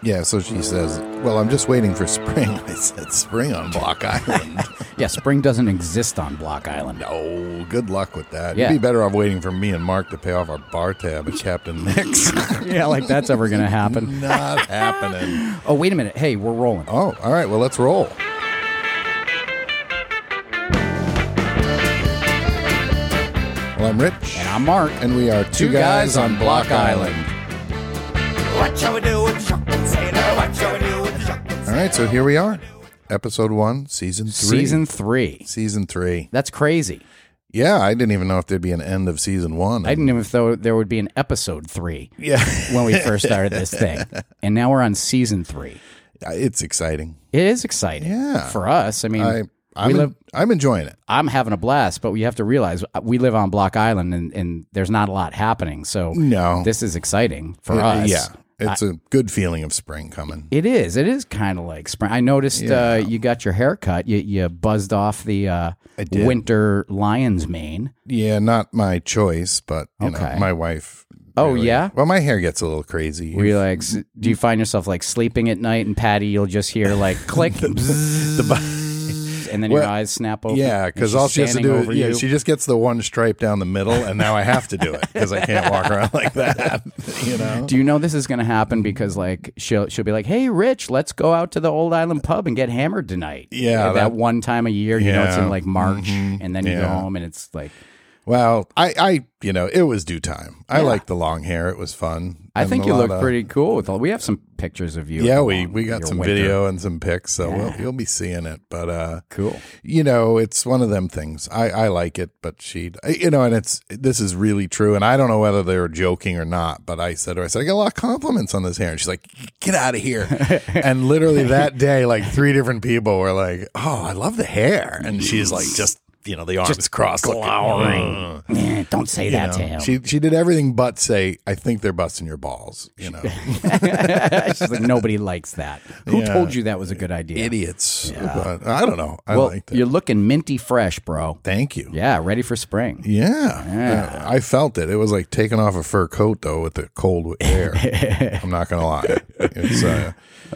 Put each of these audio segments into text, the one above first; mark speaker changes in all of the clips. Speaker 1: Yeah, so she says, Well, I'm just waiting for spring. I said, Spring on Block Island.
Speaker 2: Yeah, spring doesn't exist on Block Island.
Speaker 1: no, good luck with that.
Speaker 2: Yeah.
Speaker 1: You'd be better off waiting for me and Mark to pay off our bar tab at Captain Nick's.
Speaker 2: Yeah, like that's ever going to happen.
Speaker 1: Not happening.
Speaker 2: Oh, wait a minute. Hey, we're rolling.
Speaker 1: Oh, all right. Well, let's roll. Well, I'm Rich.
Speaker 2: And I'm Mark.
Speaker 1: And we are two, guys, on Block Island.
Speaker 3: What shall we do with Chuck and Sailor? What shall we do with Chuck and
Speaker 1: All right, so here we are. Episode one, season three.
Speaker 2: Season three.
Speaker 1: Season three.
Speaker 2: That's crazy.
Speaker 1: Yeah, I didn't even know if there'd be an end of season one.
Speaker 2: I didn't even know there would be an episode three
Speaker 1: yeah,
Speaker 2: when we first started this thing. And now we're on season three.
Speaker 1: it's exciting.
Speaker 2: It is exciting.
Speaker 1: Yeah.
Speaker 2: For us. I mean,
Speaker 1: I, I'm,
Speaker 2: we
Speaker 1: en-
Speaker 2: live,
Speaker 1: I'm enjoying it.
Speaker 2: I'm having a blast, but we have to realize uh, we live on Block Island and, and there's not a lot happening. So
Speaker 1: No.
Speaker 2: this is exciting for
Speaker 1: Uh,
Speaker 2: us.
Speaker 1: Yeah, it's a good feeling of spring coming.
Speaker 2: It is. It is kind of like spring. I noticed uh, you got your hair cut. You, you buzzed off the uh,
Speaker 1: did.
Speaker 2: winter lion's mane.
Speaker 1: Yeah, not my choice, but you
Speaker 2: Okay.
Speaker 1: know, my wife.
Speaker 2: Oh,
Speaker 1: really-
Speaker 2: yeah?
Speaker 1: Well, my hair gets a little crazy.
Speaker 2: Were you like, s- do you find yourself like sleeping at night and Patty, you'll just hear like click, bzzz, and then your
Speaker 1: Well,
Speaker 2: eyes snap open?
Speaker 1: Yeah,
Speaker 2: and
Speaker 1: because
Speaker 2: she's
Speaker 1: all she has to
Speaker 2: standing
Speaker 1: do
Speaker 2: over
Speaker 1: is yeah,
Speaker 2: you?
Speaker 1: she just gets the one stripe down the middle, and now I have to do it because I can't walk around like that. You know,
Speaker 2: do you know this is going to happen because like she'll she'll be like, "Hey, Rich, let's go out to the Old Island Pub and get hammered tonight."
Speaker 1: Yeah,
Speaker 2: that,
Speaker 1: that-
Speaker 2: one time a year, you know, it's in
Speaker 1: Yeah. Mm-hmm.
Speaker 2: like March, and then you go
Speaker 1: Yeah.
Speaker 2: home and it's like,
Speaker 1: Well, I, I, you know, it was due time. I liked the long hair; it was fun.
Speaker 2: I
Speaker 1: And
Speaker 2: think
Speaker 1: a
Speaker 2: you
Speaker 1: lot
Speaker 2: look
Speaker 1: of-
Speaker 2: pretty cool with all. We have some pictures of you.
Speaker 1: Yeah,
Speaker 2: along
Speaker 1: we we got
Speaker 2: your
Speaker 1: some
Speaker 2: winter.
Speaker 1: video and some pics, so we'll, you'll be seeing it. But uh,
Speaker 2: Cool.
Speaker 1: you know, it's one of them things. I I like it, but she, you know, and it's this is really true. And I don't know whether they were joking or not, but I said to her, I said I got a lot of compliments on this hair, and she's like, "Get out of here!" and literally that day, like three different people were like, "Oh, I love the hair," and she's like, just you know, the arms crossed, glowering.
Speaker 2: Eh, don't say that to him.
Speaker 1: She she did everything but say, "I think they're busting your balls." You know,
Speaker 2: She's like, nobody likes that. Who
Speaker 1: Yeah.
Speaker 2: told you that was a good idea?
Speaker 1: idiots. But I don't know. I
Speaker 2: Well,
Speaker 1: liked it.
Speaker 2: you're looking minty fresh, bro.
Speaker 1: Thank you. Yeah.
Speaker 2: Yeah, ready for spring.
Speaker 1: Yeah. I felt it. It was like taking off a fur coat though with the cold air. I'm not gonna lie, it's uh,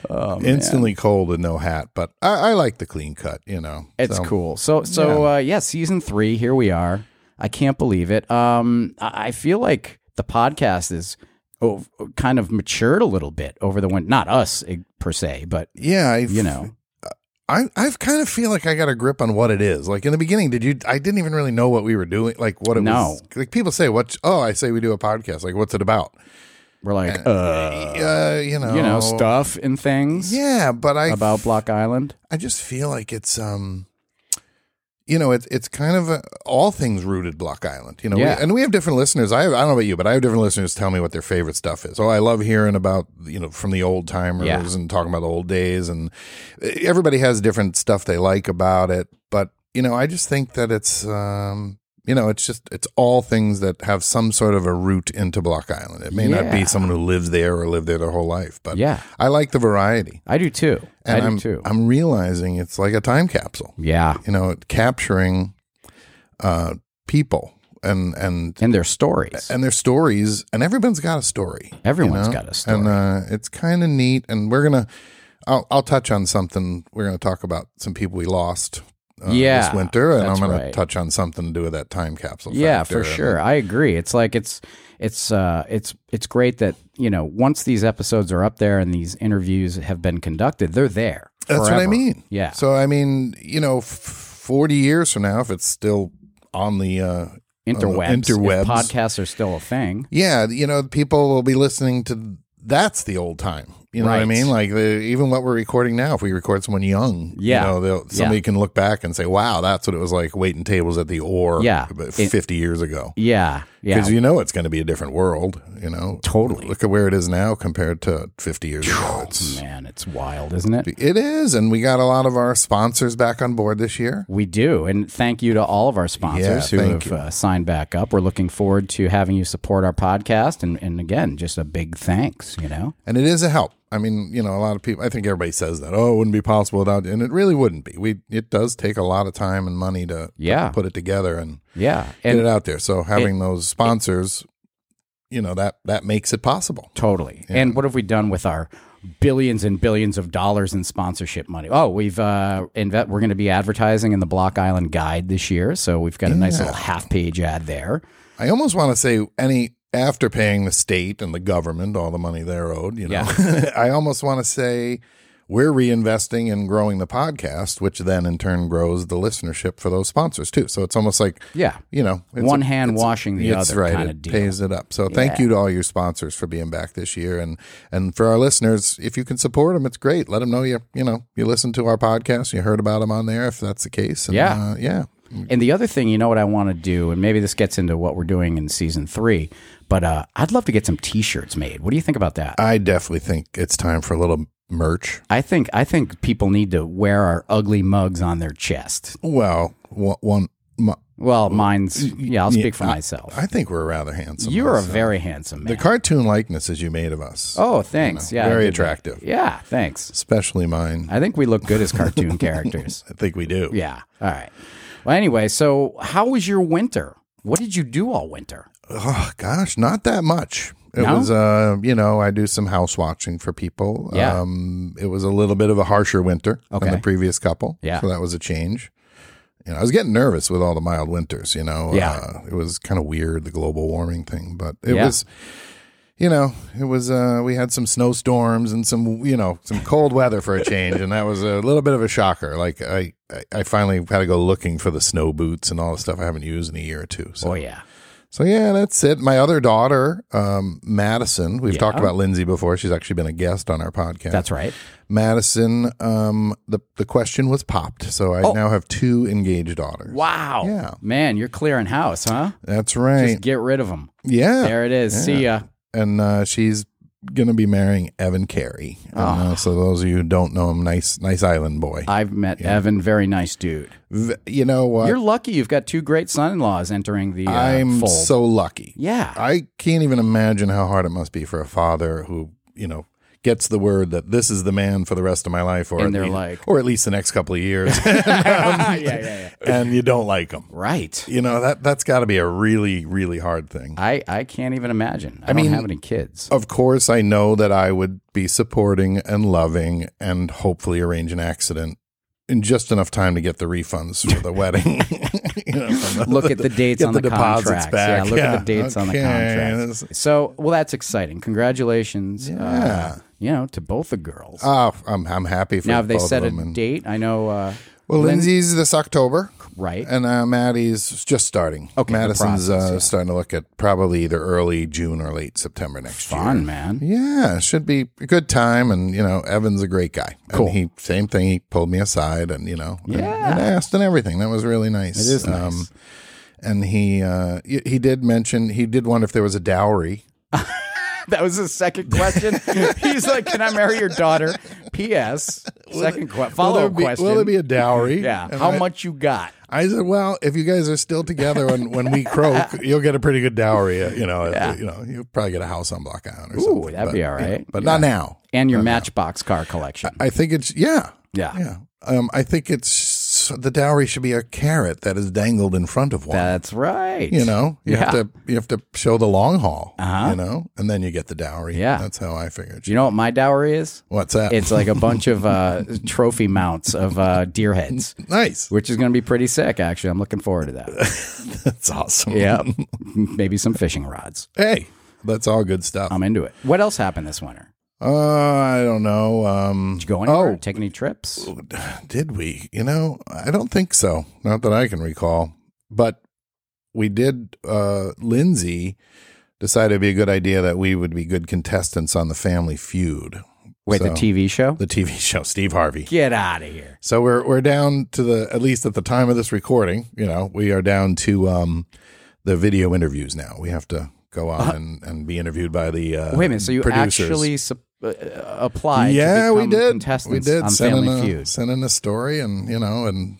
Speaker 2: Oh,
Speaker 1: instantly cold and no hat. But I, I like the clean cut. You know,
Speaker 2: It's
Speaker 1: So,
Speaker 2: cool. So, so yeah. Uh, yeah, season three. Here we are. I can't believe it. Um, I I feel like the podcast is oh, kind of matured a little bit over the winter. Not us eh, per se, but
Speaker 1: Yeah, I
Speaker 2: you know,
Speaker 1: I I've kind of feel like I got a grip on what it is. Like in the beginning, did you? I didn't even really know what we were doing. Like what it
Speaker 2: No.
Speaker 1: was. Like people say, what? Oh, I say we do a podcast. Like what's it about?
Speaker 2: we're like, uh,
Speaker 1: Uh, you know,
Speaker 2: you know, stuff and things
Speaker 1: Yeah, but I
Speaker 2: about Block Island.
Speaker 1: I just feel like it's um, you know, it's it's kind of a, all things rooted Block Island. You know,
Speaker 2: Yeah.
Speaker 1: we, and we have different listeners. I have, I don't know about you, but I have different listeners tell me what their favorite stuff is. Oh, I love hearing about you know from the old timers
Speaker 2: Yeah.
Speaker 1: and talking about the old days, and eh, everybody has different stuff they like about it. But you know, I just think that it's um. You know, it's just it's all things that have some sort of a root into Block Island. It may not
Speaker 2: Yeah.
Speaker 1: be someone who lives there or lived there their whole life, but
Speaker 2: Yeah.
Speaker 1: I like the variety.
Speaker 2: I do too. I
Speaker 1: And
Speaker 2: do
Speaker 1: am
Speaker 2: too.
Speaker 1: I'm realizing it's like a time capsule.
Speaker 2: yeah,
Speaker 1: You know, capturing uh, people and and
Speaker 2: and their stories.
Speaker 1: and their stories, and everyone's got a story. Everyone's
Speaker 2: Everyone's got a story.
Speaker 1: and uh, it's kind of neat. And we're gonna, I'll, I'll touch on something. We're gonna talk about some people we lost. Uh,
Speaker 2: Yeah,
Speaker 1: this winter, and
Speaker 2: that's
Speaker 1: I'm going
Speaker 2: right.
Speaker 1: to touch on something to do with that time capsule.
Speaker 2: yeah, for
Speaker 1: factor.
Speaker 2: sure. I agree. It's like it's it's uh it's it's great that you know once these episodes are up there and these interviews have been conducted, they're there.
Speaker 1: That's what I
Speaker 2: forever.
Speaker 1: mean.
Speaker 2: Yeah.
Speaker 1: So I mean, you know, f- 40 years from now, if it's still on the uh,
Speaker 2: Interwebs, If
Speaker 1: interwebs.
Speaker 2: podcasts are still a thing.
Speaker 1: yeah, you know, people will be listening to that's the old time. You know what I
Speaker 2: Right.
Speaker 1: mean? Like the, even what we're recording now, if we record someone young, you
Speaker 2: Yeah.
Speaker 1: know, they'll, somebody can look back and say, "Wow, that's what it was like waiting tables at the Or,
Speaker 2: Yeah.
Speaker 1: about
Speaker 2: It-
Speaker 1: fifty years ago."
Speaker 2: Yeah, yeah.
Speaker 1: Because you know it's going to be a different world. You know,
Speaker 2: Totally.
Speaker 1: Look at where it is now compared to fifty years ago. It's,
Speaker 2: Man, it's wild, isn't it?
Speaker 1: it is, and we got a lot of our sponsors back on board this year.
Speaker 2: We do, and thank you to all of our sponsors
Speaker 1: Yeah,
Speaker 2: who
Speaker 1: thank
Speaker 2: have
Speaker 1: you.
Speaker 2: uh, signed back up. We're looking forward to having you support our podcast, and, and again, just a big thanks. You know,
Speaker 1: And it is a help. I mean, you know, a lot of people. I think everybody says that. Oh, it wouldn't be possible without. And it really wouldn't be. We. It does take a lot of time and money to
Speaker 2: Yeah.
Speaker 1: to put it together and,
Speaker 2: yeah,
Speaker 1: get it
Speaker 2: and
Speaker 1: out there. So having those sponsors, you know that that makes it possible.
Speaker 2: totally. And what have we done with our billions and billions of dollars in sponsorship money. Oh, we've uh, inve- we're going to be advertising in the Block Island Guide this year, so we've got a nice little half page ad there.
Speaker 1: I almost want to say any after paying the state and the government all the money they're owed, you know. I almost want to say we're reinvesting in growing the podcast, which then in turn grows the listenership for those sponsors too. So it's almost like
Speaker 2: Yeah,
Speaker 1: you know, it's
Speaker 2: one
Speaker 1: a-
Speaker 2: hand washing the
Speaker 1: it's
Speaker 2: other
Speaker 1: right.
Speaker 2: kind
Speaker 1: it
Speaker 2: of deal.
Speaker 1: pays it up. So thank you to all your sponsors for being back this year, and and for our listeners, if you can support them, it's great. Let them know you you know you listened to our podcast, you heard about them on there, if that's the case. And,
Speaker 2: Yeah.
Speaker 1: uh, yeah.
Speaker 2: And the other thing, you know what I want to do, and maybe this gets into what we're doing in season three, but uh, I'd love to get some T-shirts made. What do you think about that?
Speaker 1: I definitely think it's time for a little merch.
Speaker 2: I think I think people need to wear our ugly mugs on their chest.
Speaker 1: Well, one, one my,
Speaker 2: Well, mine's yeah. I'll
Speaker 1: yeah,
Speaker 2: speak for
Speaker 1: I-
Speaker 2: myself.
Speaker 1: I think we're rather handsome.
Speaker 2: You're a
Speaker 1: So-
Speaker 2: very handsome man.
Speaker 1: the cartoon likenesses you made of us.
Speaker 2: oh, thanks. yeah, I
Speaker 1: very
Speaker 2: did that.
Speaker 1: attractive,
Speaker 2: Yeah, thanks.
Speaker 1: especially mine. I,
Speaker 2: I think we look good as cartoon characters.
Speaker 1: think we do.
Speaker 2: Yeah. All right. Well, anyway, so how was your winter? What did you do all winter?
Speaker 1: Oh gosh, not that much. It
Speaker 2: No?
Speaker 1: was, uh, you know, I do some house watching for people.
Speaker 2: Yeah.
Speaker 1: Um, it was a little bit of a harsher winter
Speaker 2: Okay.
Speaker 1: than the previous couple.
Speaker 2: Yeah.
Speaker 1: So that was a change. You know, I was getting nervous with all the mild winters, you know.
Speaker 2: Yeah.
Speaker 1: Uh, it was kind of weird, the global warming thing, but it
Speaker 2: Yeah.
Speaker 1: was, you know, it was, uh, we had some snowstorms and some, you know, some cold weather for a change. And that was a little bit of a shocker. Like I, I- I finally had to go looking for the snow boots and all the stuff I haven't used in a year or two. So
Speaker 2: Oh yeah.
Speaker 1: so yeah, that's it. My other daughter, um, Madison. We've talked about Lindsay before. She's actually been a guest on our podcast.
Speaker 2: That's right.
Speaker 1: Madison. Um, the the question was popped, so
Speaker 2: Oh.
Speaker 1: I now have two engaged daughters.
Speaker 2: Wow.
Speaker 1: Yeah.
Speaker 2: Man, you're clearing house, huh?
Speaker 1: That's right.
Speaker 2: Just get rid of them.
Speaker 1: yeah,
Speaker 2: There it is. See ya.
Speaker 1: and uh, she's gonna be marrying Evan Carey.
Speaker 2: Ah.
Speaker 1: Uh, so those of you who don't know him, nice nice island boy.
Speaker 2: I've met Evan. Very nice dude.
Speaker 1: V- you know what?
Speaker 2: You're lucky you've got two great son-in-laws entering the uh,
Speaker 1: I'm
Speaker 2: fold.
Speaker 1: so lucky.
Speaker 2: yeah.
Speaker 1: I can't even imagine how hard it must be for a father who, you know, gets the word that this is the man for the rest of my life, or
Speaker 2: And
Speaker 1: at
Speaker 2: they're
Speaker 1: least,
Speaker 2: like-
Speaker 1: or at least the next couple of years,
Speaker 2: yeah, yeah, yeah.
Speaker 1: and you don't like him.
Speaker 2: Right.
Speaker 1: You know that that's got to be a really, really hard thing.
Speaker 2: I, I can't even imagine. I, don't
Speaker 1: mean-
Speaker 2: have any kids.
Speaker 1: Of course, I know that I would be supporting and loving, and hopefully arrange an accident in just enough time to get the refunds for the wedding. You know, from the-
Speaker 2: look at the dates
Speaker 1: get
Speaker 2: on the,
Speaker 1: the deposits
Speaker 2: contracts.
Speaker 1: back.
Speaker 2: Yeah, look
Speaker 1: Yeah.
Speaker 2: at the dates on the
Speaker 1: Okay.
Speaker 2: contracts. So, well, that's exciting. Congratulations. uh,
Speaker 1: Yeah.
Speaker 2: you know, to both the girls.
Speaker 1: Oh, I'm I'm happy for
Speaker 2: now, have they
Speaker 1: both
Speaker 2: set
Speaker 1: of
Speaker 2: a
Speaker 1: them. and-
Speaker 2: date? I know. Uh,
Speaker 1: well, Lindsay's this October.
Speaker 2: right.
Speaker 1: And uh, Maddie's just starting.
Speaker 2: Okay, the
Speaker 1: Madison's
Speaker 2: process,
Speaker 1: uh, starting to look at probably either early June or late September next
Speaker 2: Fun,
Speaker 1: year.
Speaker 2: man.
Speaker 1: Yeah, it should be a good time. And, you know, Evan's a great guy. Cool. And he, same thing. He pulled me aside and, you know, and-
Speaker 2: Yeah.
Speaker 1: and, asked and everything. That was really nice. It
Speaker 2: is nice.
Speaker 1: and he, uh, y- he did mention, he did wonder if there was a dowry.
Speaker 2: That was his second question. He's like, "Can I marry your daughter?" P.S. Second que-
Speaker 1: Will there
Speaker 2: follow-up
Speaker 1: be,
Speaker 2: question.
Speaker 1: Will there be a dowry?
Speaker 2: yeah.
Speaker 1: And
Speaker 2: How
Speaker 1: I-
Speaker 2: much you got?
Speaker 1: I said, well, if you guys are still together when, when we croak, you'll get a pretty good dowry. uh, You know, uh, you know, you'll probably get a house on Block Island or something.
Speaker 2: Ooh, that'd
Speaker 1: but,
Speaker 2: be all right.
Speaker 1: but not now.
Speaker 2: and your Matchbox car collection.
Speaker 1: I think it's yeah,
Speaker 2: yeah.
Speaker 1: yeah. Um, I think it's the dowry should be a carrot that is dangled in front of one.
Speaker 2: That's right.
Speaker 1: you know, you have
Speaker 2: Yeah.
Speaker 1: to you have to show the long haul.
Speaker 2: Uh-huh.
Speaker 1: You know, and then you get the dowry.
Speaker 2: Yeah.
Speaker 1: that's how I figured.
Speaker 2: Do you know what my dowry is?
Speaker 1: What's that?
Speaker 2: It's like a bunch of uh, trophy mounts of uh, deer heads,
Speaker 1: nice.
Speaker 2: which is going to be pretty sick. Actually, I'm looking forward to that.
Speaker 1: That's awesome.
Speaker 2: Yeah, maybe some fishing rods.
Speaker 1: Hey, that's all good stuff.
Speaker 2: I'm into it. What else happened this winter?
Speaker 1: uh, I don't know. Um,
Speaker 2: Did you go anywhere?
Speaker 1: Oh.
Speaker 2: Take any trips?
Speaker 1: did we? You know, I don't think so. Not that I can recall. But we did. Uh, Lindsay decided it'd be a good idea that we would be good contestants on the Family Feud,
Speaker 2: Wait, the
Speaker 1: So-
Speaker 2: TV show?
Speaker 1: the TV show. Steve Harvey.
Speaker 2: Get out of here.
Speaker 1: So we're we're down to the at least at the time of this recording. You know, we are down to um, the video interviews now. We have to go on and, and be interviewed by the uh,
Speaker 2: Uh-huh. Wait a minute. So you
Speaker 1: producers.
Speaker 2: actually sup- uh, uh, applied?
Speaker 1: yeah,
Speaker 2: to
Speaker 1: we
Speaker 2: become
Speaker 1: did.
Speaker 2: Contestants
Speaker 1: we did
Speaker 2: on
Speaker 1: send
Speaker 2: Family
Speaker 1: in a,
Speaker 2: Feud.
Speaker 1: Send in a story, and you know, and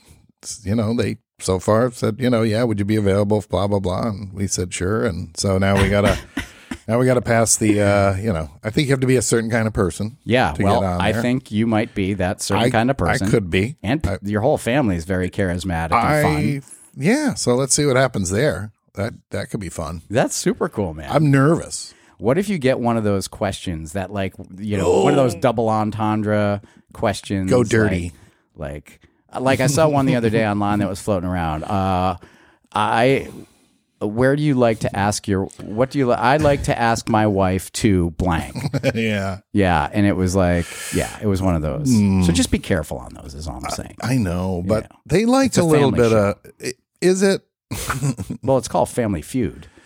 Speaker 1: you know, they so far have said, you know, yeah, would you be available? Blah blah blah, and we said sure, and so now we gotta. Now we got to pass the, uh, you know, I think you have to be a certain kind of person.
Speaker 2: Yeah.
Speaker 1: to
Speaker 2: Well,
Speaker 1: get on
Speaker 2: I
Speaker 1: there.
Speaker 2: think you might be that certain
Speaker 1: I-
Speaker 2: kind of person.
Speaker 1: I could be.
Speaker 2: And p- your whole family is very charismatic and fun.
Speaker 1: I, yeah. So let's see what happens there. That that could be fun.
Speaker 2: That's super cool, man.
Speaker 1: I'm nervous.
Speaker 2: What if you get one of those questions that, like, you know, one of those double entendre questions?
Speaker 1: Go dirty.
Speaker 2: Like, like, like I saw one the other day online that was floating around. Uh, I, where do you like to ask your? What do you? Li- I like to ask my wife to blank.
Speaker 1: yeah.
Speaker 2: Yeah, and it was like, yeah, it was one of those.
Speaker 1: Hmm.
Speaker 2: So just be careful on those. Is all I'm saying.
Speaker 1: I know, but they liked a,
Speaker 2: a
Speaker 1: little
Speaker 2: family
Speaker 1: bit of. i- Is it? Uh,
Speaker 2: Well, it's called Family Feud.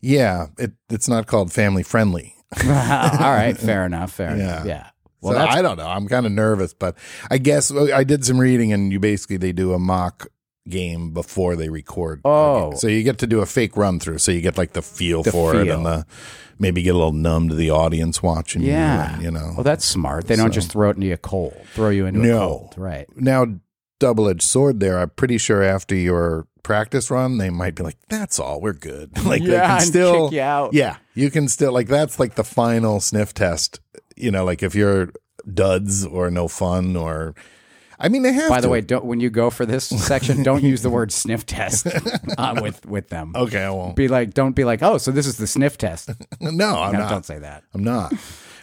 Speaker 1: Yeah, it, it's not called family friendly.
Speaker 2: all right, fair enough. Fair
Speaker 1: Yeah.
Speaker 2: enough. Yeah. Well,
Speaker 1: so
Speaker 2: that's
Speaker 1: I don't know. I'm kind of nervous, but I guess well, I did some reading, and you basically they do a mock game before they record.
Speaker 2: Oh.
Speaker 1: so you get to do a fake run through, so you get like the feel
Speaker 2: The
Speaker 1: for it,
Speaker 2: feel.
Speaker 1: and the maybe get a little numb to the audience watching. you,
Speaker 2: yeah.
Speaker 1: and, you know.
Speaker 2: Well, that's smart. They don't just throw it into you cold. Throw you into a
Speaker 1: No.
Speaker 2: cold. Right.
Speaker 1: now double edged sword. There, I'm pretty sure after your practice run, they might be like, "That's all. We're good." like they
Speaker 2: Yeah,
Speaker 1: can
Speaker 2: and
Speaker 1: still
Speaker 2: kick you out.
Speaker 1: Yeah, you can still like that's like the final sniff test. You know, like if you're duds or no fun or. I mean, they have.
Speaker 2: By the
Speaker 1: to.
Speaker 2: way, don't when you go for this section, don't use the word sniff test uh, with with them.
Speaker 1: Okay, I won't.
Speaker 2: Be like, don't be like, oh, so this is the sniff test.
Speaker 1: No, I'm
Speaker 2: No,
Speaker 1: not.
Speaker 2: don't say that.
Speaker 1: I'm not.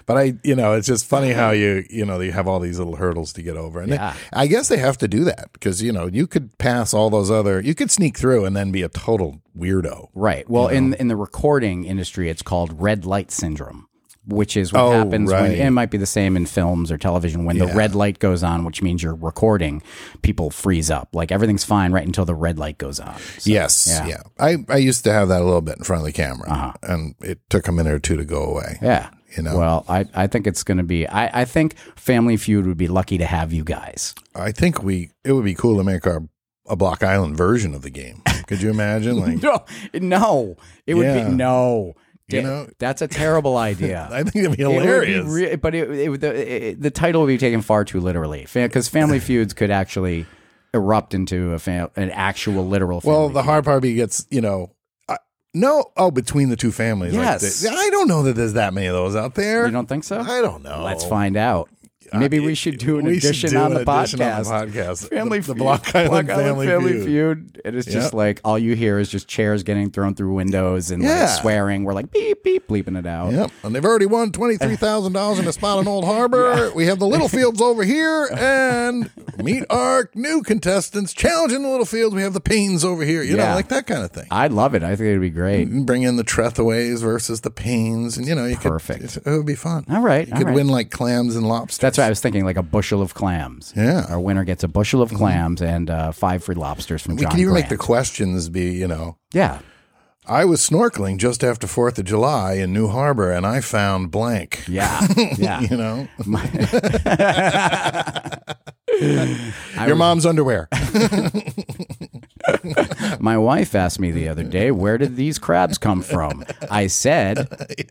Speaker 1: But I, you know, it's just funny how you, you know, you have all these little hurdles to get over, and they-
Speaker 2: Yeah.
Speaker 1: I guess they have to do that because you know you could pass all those other, you could sneak through and then be a total weirdo.
Speaker 2: Right. Well, in in the recording industry, it's called red light syndrome, which is what
Speaker 1: Oh,
Speaker 2: happens when
Speaker 1: right.
Speaker 2: and it might be the same in films or television when the red light goes on, which means you're recording. People freeze up. Like everything's fine right until the red light goes on. So-
Speaker 1: yes, yeah. I, I used to have that a little bit in front of the camera,
Speaker 2: Uh-huh.
Speaker 1: and it took a minute or two to go away.
Speaker 2: Yeah.
Speaker 1: You know.
Speaker 2: Well, I, I think it's going to be. I, I think Family Feud would be lucky to have you guys.
Speaker 1: I think we, it would be cool to make our a Block Island version of the game. Could you imagine? Like,
Speaker 2: No, no, it would
Speaker 1: Yeah.
Speaker 2: be no.
Speaker 1: You
Speaker 2: Da-
Speaker 1: know-
Speaker 2: that's a terrible idea.
Speaker 1: I think it'd be
Speaker 2: It would be
Speaker 1: hilarious.
Speaker 2: re- but it, it, would- the, it, the title would be taken far too literally because Family Feuds could actually erupt into a fam- an actual literal. Family
Speaker 1: Well, the hard part be gets you know. I- No, oh, between the two families. like
Speaker 2: Yes.
Speaker 1: the- I don't know that there's that many of those out there.
Speaker 2: you don't think so?
Speaker 1: I don't know.
Speaker 2: Let's find out.
Speaker 1: I-
Speaker 2: Maybe we should do an
Speaker 1: we should
Speaker 2: edition
Speaker 1: do
Speaker 2: on
Speaker 1: an
Speaker 2: the
Speaker 1: edition on
Speaker 2: podcast.
Speaker 1: the podcast.
Speaker 2: Family
Speaker 1: the, the
Speaker 2: Feud.
Speaker 1: Block Island Family, Feud.
Speaker 2: Feud. And it's just
Speaker 1: Yeah.
Speaker 2: like all you hear is just chairs getting thrown through windows and
Speaker 1: Yeah.
Speaker 2: like swearing. We're like beep beep bleeping it out.
Speaker 1: Yep, and they've already won twenty three thousand dollars in a spot in Old Harbor. We have the Littlefields over here, and meet our new contestants challenging the Littlefields. We have the Paynes over here. You know,
Speaker 2: Yeah.
Speaker 1: like that kind of thing.
Speaker 2: I'd love it. I think it'd be great.
Speaker 1: Bring in the Trethaways versus the Paynes, and you know, you
Speaker 2: Perfect.
Speaker 1: Could, it, would be fun.
Speaker 2: All right,
Speaker 1: you
Speaker 2: all
Speaker 1: could
Speaker 2: right.
Speaker 1: win like clams and lobsters.
Speaker 2: That's what I was thinking, like a bushel of clams.
Speaker 1: Yeah. Mm-hmm.
Speaker 2: Our winner gets a bushel of clams and uh, five free lobsters from
Speaker 1: We
Speaker 2: John
Speaker 1: can even
Speaker 2: Grant.
Speaker 1: make the questions be, you know,
Speaker 2: yeah.
Speaker 1: I was snorkeling just after Fourth of July in New Harbor, and I found blank.
Speaker 2: Yeah. Yeah.
Speaker 1: You know,
Speaker 2: I
Speaker 1: your
Speaker 2: was-
Speaker 1: mom's underwear.
Speaker 2: My wife asked me the other day, where did these crabs come from? I said,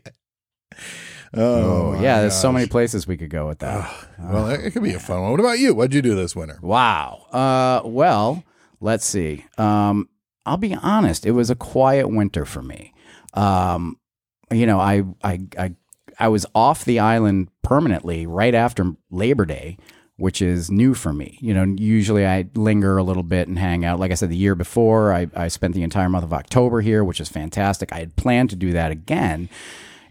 Speaker 1: Oh,
Speaker 2: yeah, there's so many places we could go with that.
Speaker 1: well, it it could be a fun one. What about you? What'd you do this winter?
Speaker 2: Wow. Uh, well, let's see. Um, I'll be honest. It was a quiet winter for me. Um, you know, I, I, I, I was off the island permanently right after Labor Day, which is new for me. You know, usually I linger a little bit and hang out. Like I said, the year before, I, I spent the entire month of October here, which is fantastic. I had planned to do that again.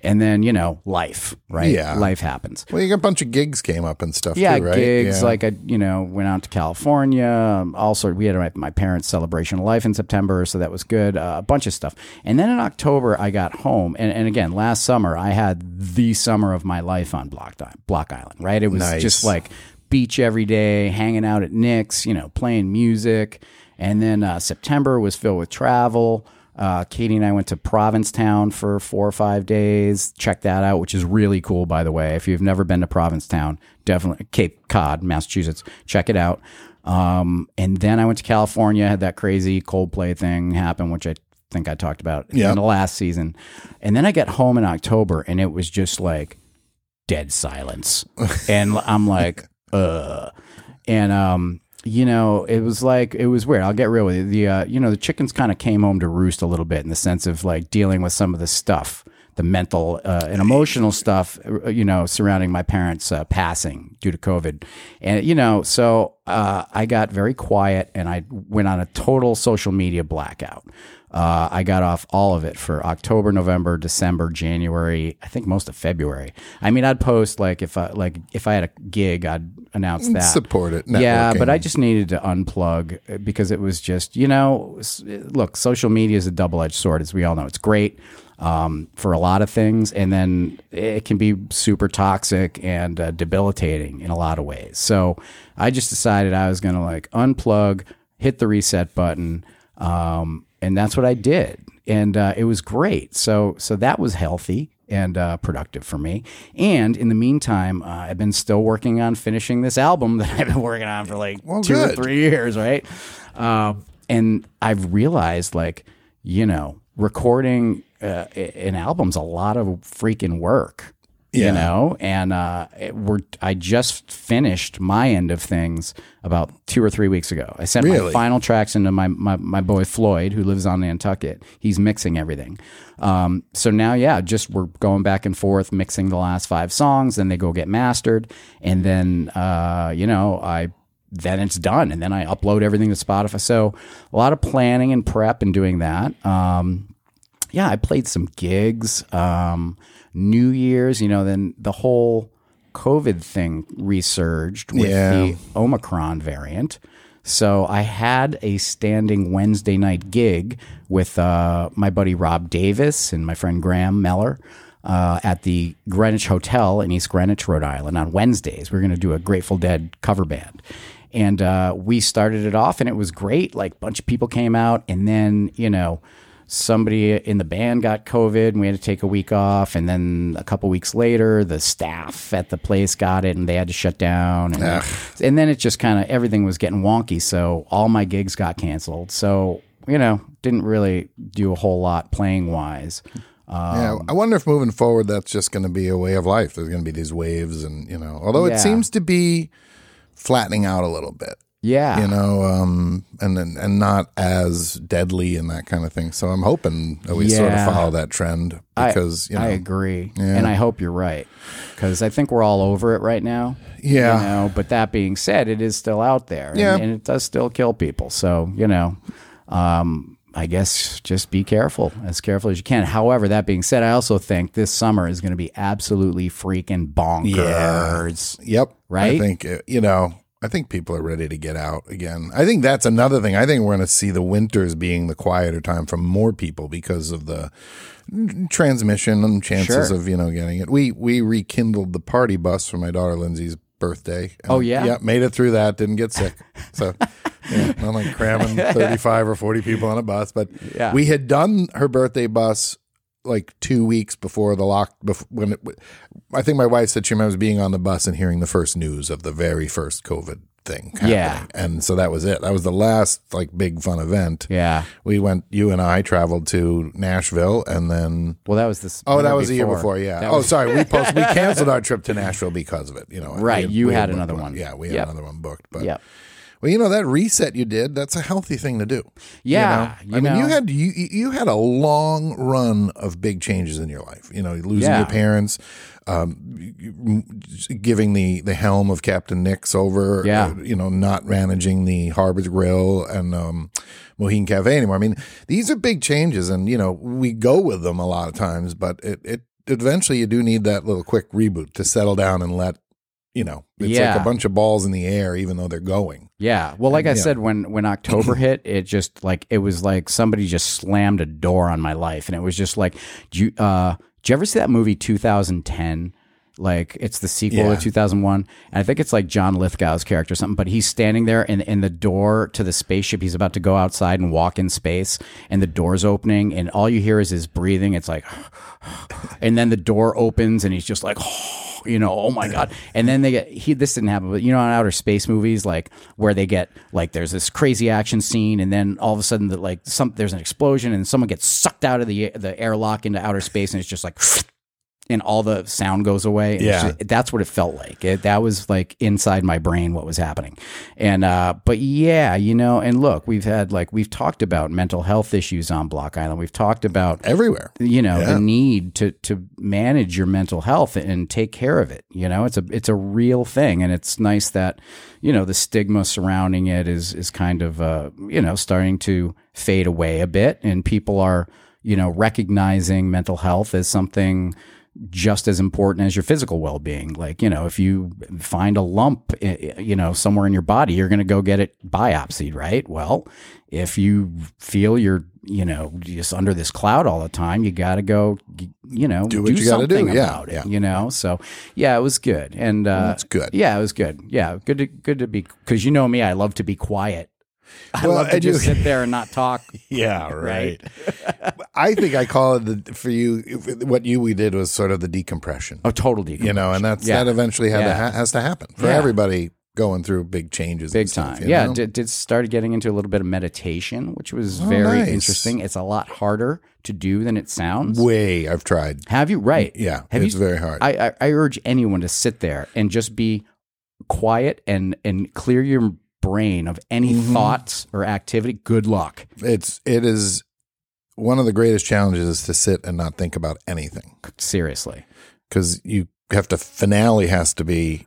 Speaker 2: And then, you know, life, right?
Speaker 1: Yeah.
Speaker 2: Life happens.
Speaker 1: Well, you got a bunch of gigs came up and stuff.
Speaker 2: Yeah,
Speaker 1: too, right?
Speaker 2: gigs.
Speaker 1: Yeah.
Speaker 2: Like I, you know, went out to California. Um, also, we had my, my parents' celebration of life in September, so that was good. Uh, a bunch of stuff, and then in October I got home, and, and again last summer I had the summer of my life on Block Di- Block Island. Right, it was
Speaker 1: Nice.
Speaker 2: just like beach every day, hanging out at Nick's, you know, playing music, and then uh, September was filled with travel. Uh, Katie and I went to Provincetown for four or five days. Check that out, which is really cool, by the way. If you've never been to Provincetown, definitely Cape Cod, Massachusetts, check it out. Um, and then I went to California, had that crazy Coldplay thing happen, which I think I talked about
Speaker 1: Yeah.
Speaker 2: in the last season. And then I got home in October, and it was just like dead silence. and I'm like, uh. And um, you know, it was like it was weird. I'll get real with you. The uh, you know, the chickens kind of came home to roost a little bit in the sense of like dealing with some of the stuff, the mental uh, and emotional stuff, uh, you know, surrounding my parents uh, passing due to COVID. And you know, so uh, I got very quiet and I went on a total social media blackout. Uh, I got off all of it for October, November, December, January. I think most of February. I mean, I'd post like if I like if I had a gig, I'd announce that.
Speaker 1: Support it.
Speaker 2: Yeah, but
Speaker 1: networking.
Speaker 2: I just needed to unplug uh, because it was just, you know, s- look, social media is a double edged sword, as we all know. It's great um, for a lot of things, and then it can be super toxic and uh, debilitating in a lot of ways. So I just decided I was going to like unplug, hit the reset button, um, and that's what I did. And uh, it was great. So, so that was healthy and uh, productive for me. And in the meantime, uh, I've been still working on finishing this album that I've been working on for like
Speaker 1: Well,
Speaker 2: two or
Speaker 1: good.
Speaker 2: three years, right? Um, and I've realized, like, you know, recording uh, a- an album's a lot of freaking work. You
Speaker 1: Yeah.
Speaker 2: know, and uh, it, we're I just finished my end of things about two or three weeks ago. I sent my
Speaker 1: Really?
Speaker 2: final tracks into my, my my boy Floyd, who lives on Nantucket. He's mixing everything. Um, so now, yeah, just we're going back and forth, mixing the last five songs, then they go get mastered, and then uh, you know I then it's done, and then I upload everything to Spotify. So a lot of planning and prep and doing that. Um, yeah, I played some gigs. Um, New Year's, you know, then the whole COVID thing resurged with
Speaker 1: Yeah.
Speaker 2: the Omicron variant. So I had a standing Wednesday night gig with uh, my buddy Rob Davis and my friend Graham Meller. Uh, at the Greenwich Hotel in East Greenwich, Rhode Island, on Wednesdays, we are going to do a Grateful Dead cover band, and uh, we started it off, and it was great. Like a bunch of people came out, and then you know, somebody in the band got COVID and we had to take a week off. And then a couple weeks later, the staff at the place got it and they had to shut down. And, and then it just kind of everything was getting wonky. So all my gigs got canceled. So, you know, didn't really do a whole lot playing wise.
Speaker 1: yeah,
Speaker 2: um,
Speaker 1: I wonder if moving forward, that's just going to be a way of life. There's going to be these waves, and you know, although
Speaker 2: Yeah.
Speaker 1: it seems to be flattening out a little bit,
Speaker 2: Yeah.
Speaker 1: you know, um, and and and not as deadly and that kind of thing. So I'm hoping that we sort
Speaker 2: Yeah.
Speaker 1: of follow that trend
Speaker 2: I-
Speaker 1: because you know,
Speaker 2: I agree. And I hope you're right because I think we're all over it right now.
Speaker 1: yeah,
Speaker 2: You know, but that being said, it is still out there. and-
Speaker 1: Yeah.
Speaker 2: And, it does still kill people. So, you know, um, I guess just be careful, as careful as you can. However, that being said, I also think this summer is going to be absolutely freaking bonkers.
Speaker 1: Yep.
Speaker 2: Right?
Speaker 1: I think, uh, you know, I think people are ready to get out again. I think that's another thing. I think we're going to see the winters being the quieter time for more people because of the transmission and chances
Speaker 2: Sure.
Speaker 1: of, you know, getting it. We we rekindled the party bus for my daughter Lindsay's birthday. And,
Speaker 2: Oh, yeah?
Speaker 1: Yeah, made it through that, didn't get sick. So yeah, not like cramming 35 or 40 people on a bus, but
Speaker 2: Yeah.
Speaker 1: we had done her birthday bus like two weeks before the lock. Before, when it, I think my wife said she remembers being on the bus and hearing the first news of the very first COVID thing.
Speaker 2: Yeah.
Speaker 1: and so that was it. That was the last like big fun event.
Speaker 2: Yeah.
Speaker 1: We went. You and I traveled to Nashville, and then
Speaker 2: Well, that was this.
Speaker 1: oh, that
Speaker 2: winter
Speaker 1: was the year before. Yeah.
Speaker 2: That
Speaker 1: oh,
Speaker 2: was-
Speaker 1: sorry. We post, we canceled our trip to Nashville because of it. You know.
Speaker 2: Right,
Speaker 1: We
Speaker 2: you had
Speaker 1: booked
Speaker 2: another one.
Speaker 1: Yeah, we had
Speaker 2: Yep.
Speaker 1: another one booked, but
Speaker 2: Yep.
Speaker 1: well, you know that reset you did. That's a healthy thing to do. you
Speaker 2: Yeah,
Speaker 1: know?
Speaker 2: you
Speaker 1: I mean,
Speaker 2: know.
Speaker 1: you had you you had a long run of big changes in your life. You know, losing
Speaker 2: Yeah.
Speaker 1: your parents, um, giving the the helm of Captain Nick's over.
Speaker 2: Yeah.
Speaker 1: uh, you know, not managing the Harbor Grill and um, Mohegan Cafe anymore. I mean, these are big changes, and you know we go with them a lot of times, but it it eventually you do need that little quick reboot to settle down and let. You know, it's like
Speaker 2: Yeah.
Speaker 1: a bunch of balls in the air, even though they're going.
Speaker 2: Yeah. Well, like I
Speaker 1: Yeah.
Speaker 2: said, when when October hit, it just like it was like somebody just slammed a door on my life, and it was just like, do you, uh, do you ever see that movie 2010? Like it's the sequel
Speaker 1: Yeah.
Speaker 2: to 2001, and I think it's like John Lithgow's character or something. But he's standing there, and and the door to the spaceship, he's about to go outside and walk in space, and the door's opening, and all you hear is his breathing. It's like, and then the door opens, and he's just like, you know, oh my god. And then they get he this didn't happen, but you know, on outer space movies, like where they get like there's this crazy action scene, and then all of a sudden that like some there's an explosion, and someone gets sucked out of the the airlock into outer space, and it's just like. and all the sound goes away. And it's
Speaker 1: Yeah.
Speaker 2: just- that's what it felt like. It, that was like inside my brain what was happening. And uh, but yeah, you know. And look, we've had like we've talked about mental health issues on Block Island. We've talked about
Speaker 1: everywhere.
Speaker 2: you know
Speaker 1: Yeah.
Speaker 2: the need to to manage your mental health and take care of it you know it's a it's a real thing and it's nice that you know the stigma surrounding it is is kind of uh you know starting to fade away a bit and people are you know recognizing mental health as something just as important as your physical well-being like you know if you find a lump i- i- you know somewhere in your body you're going to go get it biopsied right well if you feel you're you know just under this cloud all the time you got to go g- you know
Speaker 1: Do what you gotta do,
Speaker 2: something
Speaker 1: yeah,
Speaker 2: about it,
Speaker 1: yeah.
Speaker 2: you know so yeah it was good and uh
Speaker 1: That's good.
Speaker 2: yeah it was good yeah good to, good to be cuz you know me I love to be quiet I
Speaker 1: Well,
Speaker 2: love to
Speaker 1: and you-
Speaker 2: just sit there and not talk
Speaker 1: Yeah, I think I call it the, for you. What you we did was sort of the decompression,
Speaker 2: oh totally
Speaker 1: you know, and that's
Speaker 2: Yeah.
Speaker 1: that eventually had
Speaker 2: Yeah.
Speaker 1: to ha- has to happen for
Speaker 2: Yeah.
Speaker 1: everybody going through big changes, and
Speaker 2: big
Speaker 1: stuff,
Speaker 2: time.
Speaker 1: you
Speaker 2: yeah,
Speaker 1: know? Oh,
Speaker 2: did, did started getting into a little bit of meditation, which was very
Speaker 1: nice.
Speaker 2: interesting. It's a lot harder to do than it sounds.
Speaker 1: way I've tried.
Speaker 2: Have you right?
Speaker 1: Yeah,
Speaker 2: Have
Speaker 1: it's
Speaker 2: you?
Speaker 1: very hard.
Speaker 2: I, I I urge anyone to sit there and just be quiet and and clear your brain of any
Speaker 1: Mm-hmm.
Speaker 2: thoughts or activity. Good luck.
Speaker 1: it's it is one of the greatest challenges is to sit and not think about anything
Speaker 2: Seriously.
Speaker 1: because you have to finale has to be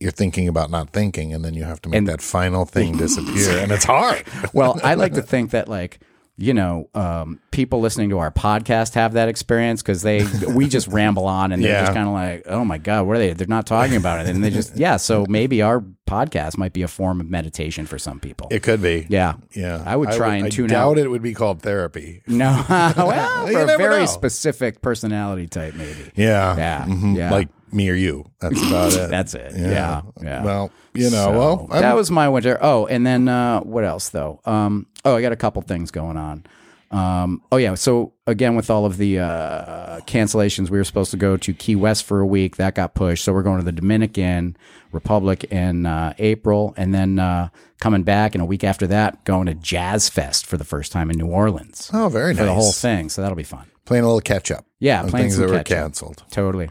Speaker 1: you're thinking about not thinking and then you have to make
Speaker 2: And-
Speaker 1: that final thing disappear and it's hard
Speaker 2: Well, I like to think that like you know um, people listening to our podcast have that experience because they we just ramble on and they're
Speaker 1: Yeah.
Speaker 2: just kind of like oh my god what are they they're not talking about it and they just yeah so maybe our podcast might be a form of meditation for some people
Speaker 1: it could be
Speaker 2: yeah
Speaker 1: yeah
Speaker 2: I would try and tune
Speaker 1: I doubt
Speaker 2: out.
Speaker 1: it would be called therapy
Speaker 2: no well
Speaker 1: You
Speaker 2: for a
Speaker 1: never
Speaker 2: very
Speaker 1: know.
Speaker 2: specific personality type maybe
Speaker 1: yeah
Speaker 2: Yeah,
Speaker 1: Mhm.
Speaker 2: yeah.
Speaker 1: like me or you that's about it
Speaker 2: that's it yeah yeah,
Speaker 1: well you know
Speaker 2: So,
Speaker 1: Oh, well I'm-
Speaker 2: that was my winter. Oh, and then uh, what else though? Um, oh, I got a couple things going on. Um, oh yeah. So again, with all of the uh, cancellations, we were supposed to go to Key West for a week. That got pushed. So we're going to the Dominican Republic in uh, April, and then uh, coming back, and a week after that, going to Jazz Fest for the first time in New Orleans
Speaker 1: oh very
Speaker 2: for
Speaker 1: nice
Speaker 2: the whole thing. So that'll be fun.
Speaker 1: playing a little catch up
Speaker 2: Yeah,
Speaker 1: on
Speaker 2: playing
Speaker 1: things
Speaker 2: some
Speaker 1: that were
Speaker 2: catch up.
Speaker 1: canceled
Speaker 2: Totally.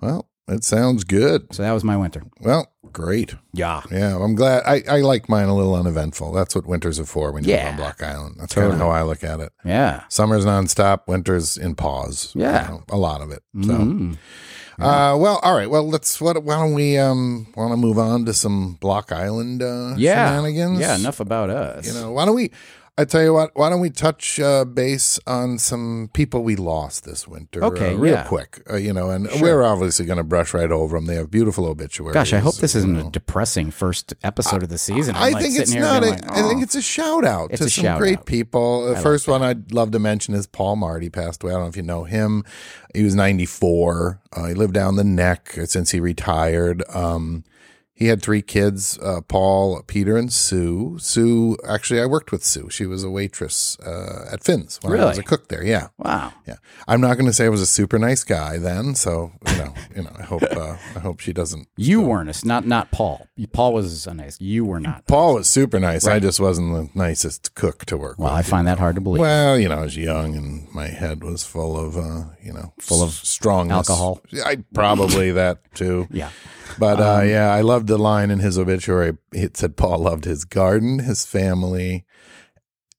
Speaker 1: well it sounds good
Speaker 2: So that was my winter.
Speaker 1: well great
Speaker 2: Yeah.
Speaker 1: Yeah, I'm glad. I, I like mine a little uneventful. That's what winters are for when you're
Speaker 2: Yeah.
Speaker 1: on Block Island. That's kind of how I look at it.
Speaker 2: Yeah.
Speaker 1: Summer's nonstop, winter's in pause. you
Speaker 2: Yeah.
Speaker 1: know, a lot of it. So,
Speaker 2: Mm.
Speaker 1: uh, well, all right. Well, let's. What? Why don't we um want to move on to some Block Island uh,
Speaker 2: Yeah.
Speaker 1: shenanigans?
Speaker 2: Yeah. Enough about us.
Speaker 1: You know, why don't we? I tell you what. Why don't we touch uh, base on some people we lost this winter?
Speaker 2: Okay,
Speaker 1: uh, real
Speaker 2: yeah.
Speaker 1: quick. Uh, you know, and we're obviously going to brush right over them. They have beautiful obituaries.
Speaker 2: Gosh, I hope this
Speaker 1: you
Speaker 2: isn't
Speaker 1: know.
Speaker 2: a depressing first episode of the season. I'm,
Speaker 1: I
Speaker 2: like,
Speaker 1: think
Speaker 2: sitting
Speaker 1: it's
Speaker 2: here
Speaker 1: not. A,
Speaker 2: being
Speaker 1: I
Speaker 2: like,
Speaker 1: think
Speaker 2: "Oh."
Speaker 1: it's a shout out
Speaker 2: It's
Speaker 1: to
Speaker 2: a
Speaker 1: some
Speaker 2: shout
Speaker 1: great
Speaker 2: out.
Speaker 1: people. The first one I'd love to mention is Paul Marty passed away. I don't know if you know him. He was 94. Uh, he lived down the neck since he retired. Um, he had three kids: uh, Paul, Peter, and Sue. Sue, actually, I worked with Sue. She was a waitress uh, at Finn's when I was
Speaker 2: Really?
Speaker 1: a cook there. Yeah,
Speaker 2: wow.
Speaker 1: yeah. I'm not going to say I was a super nice guy then. So you know, you know, I hope uh, I hope she doesn't
Speaker 2: You weren't us, not not Paul. Paul was a nice. You were not.
Speaker 1: Paul was super nice. I just wasn't the nicest cook to work
Speaker 2: Well, I
Speaker 1: with.
Speaker 2: find that hard to believe.
Speaker 1: Well, you know, I was young and my head was full of, uh, you know, full of strong
Speaker 2: alcohol.
Speaker 1: I probably that too.
Speaker 2: yeah. Um,
Speaker 1: But uh, yeah, I loved the line in his obituary. It said Paul loved his garden, his family,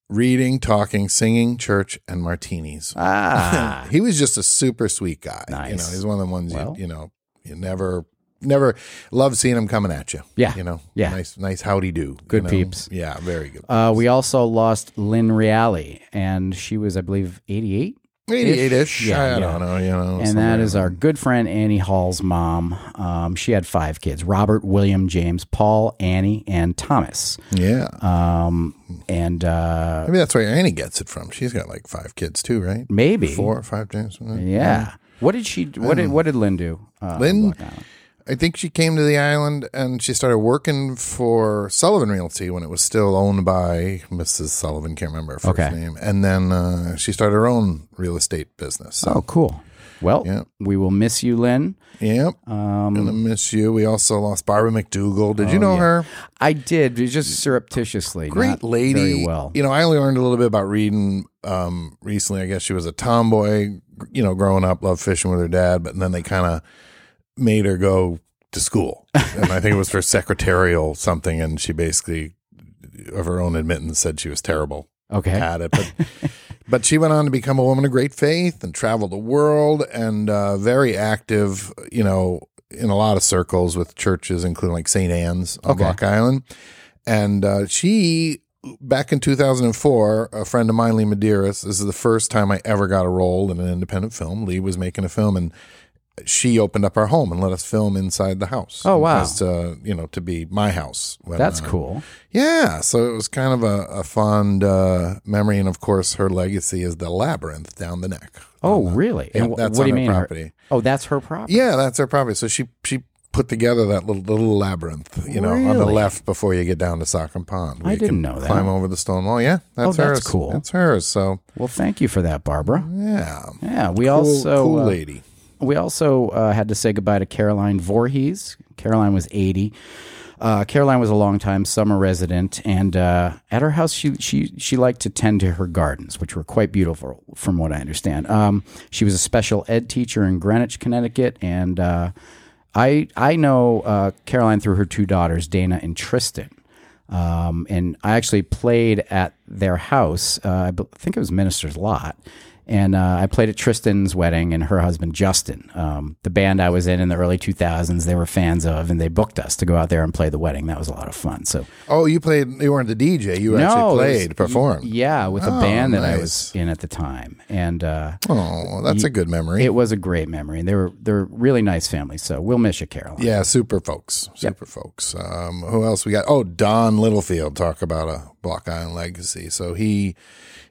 Speaker 1: reading, talking, singing, church, and martinis.
Speaker 2: Ah.
Speaker 1: He was just a super sweet guy. You know,
Speaker 2: Nice.
Speaker 1: he's one of the ones
Speaker 2: Well.
Speaker 1: you, you know you never never love seeing him coming at you.
Speaker 2: Yeah.
Speaker 1: You know.
Speaker 2: Yeah.
Speaker 1: Nice nice howdy do.
Speaker 2: Good
Speaker 1: you know?
Speaker 2: peeps.
Speaker 1: Yeah, very good.
Speaker 2: uh, we also lost Lynn Reale, and she was, I believe, 88.
Speaker 1: Eighty-eight ish.
Speaker 2: Yeah,
Speaker 1: I
Speaker 2: yeah.
Speaker 1: don't know. You know.
Speaker 2: And that is our good friend Annie Hall's mom. Um, she had five kids Robert, William, James, Paul, Annie, and Thomas.
Speaker 1: yeah.
Speaker 2: Um, and uh,
Speaker 1: Maybe that's where Annie gets it from. She's got like five kids too, right?
Speaker 2: maybe.
Speaker 1: Four or five James.
Speaker 2: Yeah. What did she? What did What did Lynn do? Uh,
Speaker 1: Lynn-
Speaker 2: Block Island?
Speaker 1: I think she came to the island and she started working for Sullivan Realty when it was still owned by Mrs. Sullivan. Can't remember her first
Speaker 2: Okay.
Speaker 1: name. And then uh, she started her own real estate business. So
Speaker 2: Oh, cool. Well,
Speaker 1: Yeah.
Speaker 2: we will miss you, Lynn.
Speaker 1: Yep.
Speaker 2: Um, oh,
Speaker 1: Gonna miss you. We also lost Barbara McDougal. Did you know
Speaker 2: yeah.
Speaker 1: her?
Speaker 2: I did but just surreptitiously. not
Speaker 1: Great lady.
Speaker 2: Very well.
Speaker 1: You know, I only learned a little bit about reading um, recently. I guess she was a tomboy, you know, growing up, loved fishing with her dad, but then they kind of made her go to school. And I think it was for secretarial something. And she basically, of her own admittance, said she was terrible
Speaker 2: Okay.
Speaker 1: at it. But but she went on to become a woman of great faith and travel the world and uh, very active, you know, in a lot of circles with churches, including like St. Anne's on
Speaker 2: Okay.
Speaker 1: Block Island. And uh, she, back in 2004, a friend of mine, Lee Medeiros, this is the first time I ever got a role in an independent film. Lee was making a film and she opened up our home and let us film inside the house.
Speaker 2: Oh, wow.
Speaker 1: As to, you know, to be my house. when,
Speaker 2: That's
Speaker 1: uh,
Speaker 2: cool.
Speaker 1: yeah, so it was kind of a, a fond uh, memory, and of course, her legacy is the labyrinth down the neck.
Speaker 2: Oh, really?
Speaker 1: Yeah,
Speaker 2: and wh-
Speaker 1: that's
Speaker 2: what do you
Speaker 1: on her
Speaker 2: mean? her-
Speaker 1: property.
Speaker 2: oh, that's her property.
Speaker 1: Yeah, that's her property. So she she put together that little little labyrinth, you know, on the
Speaker 2: Really?
Speaker 1: left before you get down to Sockham Pond. where you can
Speaker 2: didn't know that.
Speaker 1: Climb over the stone wall. Yeah, that's
Speaker 2: Oh,
Speaker 1: hers.
Speaker 2: that's cool.
Speaker 1: That's hers. So
Speaker 2: Well, thank you for that, Barbara.
Speaker 1: yeah,
Speaker 2: Yeah, we
Speaker 1: Mm-hmm. cool,
Speaker 2: also
Speaker 1: cool
Speaker 2: uh,
Speaker 1: lady.
Speaker 2: we also uh, had to say goodbye to Caroline Voorhees. Caroline was eighty. Uh, Caroline was a longtime summer resident, and uh, at her house, she she she liked to tend to her gardens, which were quite beautiful, from what I understand. Um, she was a special ed teacher in Greenwich, Connecticut, and uh, I I know uh, Caroline through her two daughters, Dana and Tristan. Um, and I actually played at their house. Uh, I bel- think it was Minister's Lot. And uh, I played at Tristan's wedding and her husband Justin. Um, the band I was in in the early 2000s, they were fans of, and they booked us to go out there and play the wedding. That was a lot of fun. So
Speaker 1: Oh, you played. You weren't the DJ. You actually
Speaker 2: it was-
Speaker 1: played, performed.
Speaker 2: yeah, with a
Speaker 1: Oh,
Speaker 2: band that I
Speaker 1: nice.
Speaker 2: was in at the time, and uh,
Speaker 1: Oh, that's a good memory.
Speaker 2: it was a great memory. And they were they're a really nice family. So we'll miss you, Caroline.
Speaker 1: Yeah, super folks, super folks. Um, who else we got? Oh, Don Littlefield. Talk about a Block Island legacy. So he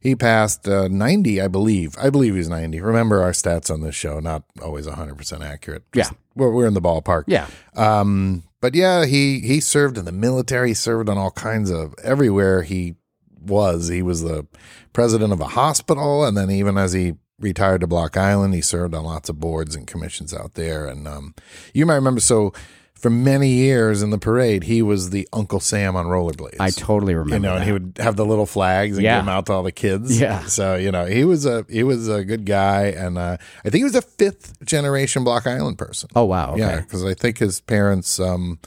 Speaker 1: he passed uh, ninety, I believe. I believe he's ninety. Remember our stats on this show? Not always hundred percent accurate.
Speaker 2: Yeah.
Speaker 1: we're, we're in the ballpark.
Speaker 2: Yeah.
Speaker 1: Um, but yeah, he he served in the military. Served on all kinds of everywhere he was. He was the president of a hospital, and then even as he retired to Block Island, he served on lots of boards and commissions out there. And um, you might remember so. For many years in the parade, he was the Uncle Sam on rollerblades.
Speaker 2: I totally remember.
Speaker 1: you know, and
Speaker 2: that.
Speaker 1: he would have the little flags and
Speaker 2: Yeah.
Speaker 1: give them out to all the kids.
Speaker 2: Yeah.
Speaker 1: So you know, he was a he was a good guy, and uh, I think he was a fifth generation Block Island person.
Speaker 2: oh wow, okay.
Speaker 1: Yeah, because I think his parents um,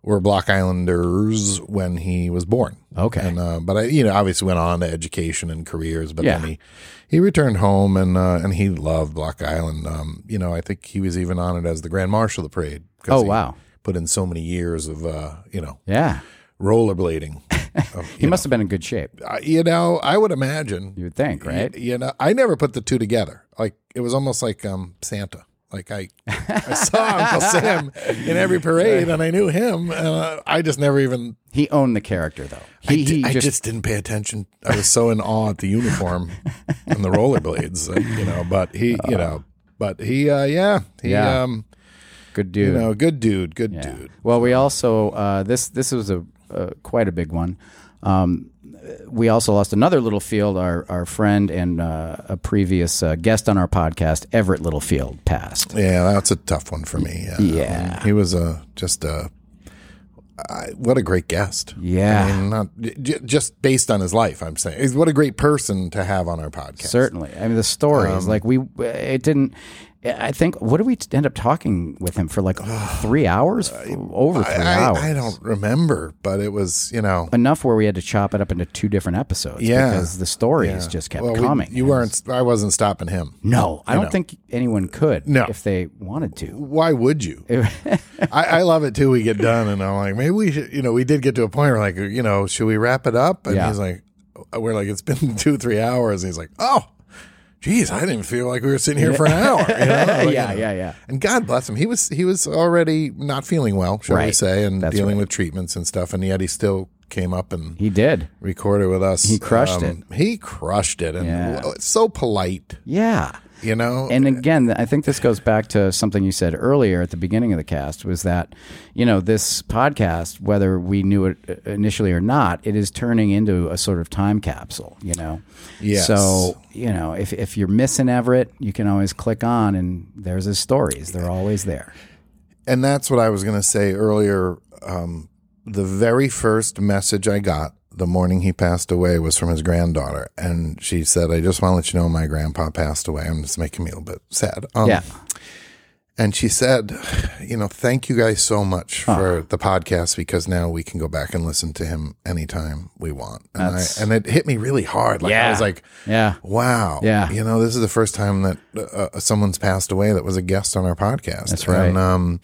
Speaker 1: were Block Islanders when he was born.
Speaker 2: Okay.
Speaker 1: and uh, but I, you know, obviously went on to education and careers. But
Speaker 2: Yeah.
Speaker 1: then he he returned home and uh, and he loved Block Island. Um, you know, I think he was even honored as the Grand Marshal of the parade. 'cause
Speaker 2: Oh,
Speaker 1: he
Speaker 2: wow.
Speaker 1: Put in so many years of uh, you know
Speaker 2: yeah.
Speaker 1: rollerblading. Of,
Speaker 2: He must have been in good shape.
Speaker 1: I- you know, I would imagine.
Speaker 2: You would think, right?
Speaker 1: Y- You know, I never put the two together. Like it was almost like um Santa. Like I, I saw Uncle Sam in every parade, and I knew him, and uh, I just never even.
Speaker 2: He owned the character though. He,
Speaker 1: I, di-
Speaker 2: he
Speaker 1: I
Speaker 2: just,
Speaker 1: just, didn't pay attention. I was so in awe at the uniform and the rollerblades, uh, you know. But he, you know, but he, uh, yeah, he,
Speaker 2: Uh. Yeah.
Speaker 1: um,
Speaker 2: good dude.
Speaker 1: you know, good dude, good
Speaker 2: Yeah.
Speaker 1: dude.
Speaker 2: Well, we also uh, this this was a uh, quite a big one. Um, we also lost another Littlefield. Our our friend and uh, a previous uh, guest on our podcast, Everett Littlefield, passed.
Speaker 1: Yeah, that's a tough one for me. Yeah,
Speaker 2: Yeah.
Speaker 1: he was a just a I, what a great guest.
Speaker 2: Yeah.
Speaker 1: I mean, not j- just based on his life. I'm saying, He's- what a great person to have on our podcast.
Speaker 2: Certainly, I mean the story is like we it didn't. I think what did we end up talking with him for like three hours, over three hours.
Speaker 1: I, I don't remember, but it was you know.
Speaker 2: enough where we had to chop it up into two different episodes.
Speaker 1: Yeah.
Speaker 2: because the stories just kept
Speaker 1: Well, we-
Speaker 2: coming.
Speaker 1: you weren't. I wasn't stopping him.
Speaker 2: No, I don't think anyone could.
Speaker 1: No.
Speaker 2: if they wanted to.
Speaker 1: Why would you? I, I love it too. We get done, and I'm like, maybe we should. You know, we did get to a point where like, you know, should we wrap it up? And
Speaker 2: Yeah.
Speaker 1: he's like, we're like, it's been two, three hours. And he's like, oh, geez, I didn't feel like we were sitting here for an hour. You know? Like, you
Speaker 2: yeah,
Speaker 1: know.
Speaker 2: yeah, yeah.
Speaker 1: And God bless him. He was he was already not feeling well, shall we
Speaker 2: Right.
Speaker 1: say, and
Speaker 2: That's
Speaker 1: dealing with treatments and stuff, and yet he still came up and
Speaker 2: He did.
Speaker 1: recorded with us. Um, He
Speaker 2: crushed
Speaker 1: He crushed it, and
Speaker 2: Yeah.
Speaker 1: it's so polite.
Speaker 2: Yeah.
Speaker 1: you know?
Speaker 2: And again, I think this goes back to something you said earlier at the beginning of the cast was that, you know, this podcast, whether we knew it uh, initially or not, it is turning into a sort of time capsule, you know?
Speaker 1: Yes.
Speaker 2: So, you know, if, if you're missing Everett, you can always click on and there's his stories. They're always there.
Speaker 1: and that's what I was going to say earlier. Um, the very first message I got the morning he passed away was from his granddaughter, and she said, "I just want to let you know my grandpa passed away. I'm just making me a little bit sad." Um,
Speaker 2: yeah.
Speaker 1: And she said, "You know, thank you guys so much for the podcast because now we can go back and listen to him anytime we want." And, I,
Speaker 2: That's-
Speaker 1: and it hit me really hard. Like I
Speaker 2: Yeah.
Speaker 1: was like,
Speaker 2: Yeah.
Speaker 1: Wow.
Speaker 2: Yeah.
Speaker 1: You know, this is the first time that uh, someone's passed away that was a guest on our podcast.
Speaker 2: That's right.
Speaker 1: And, um,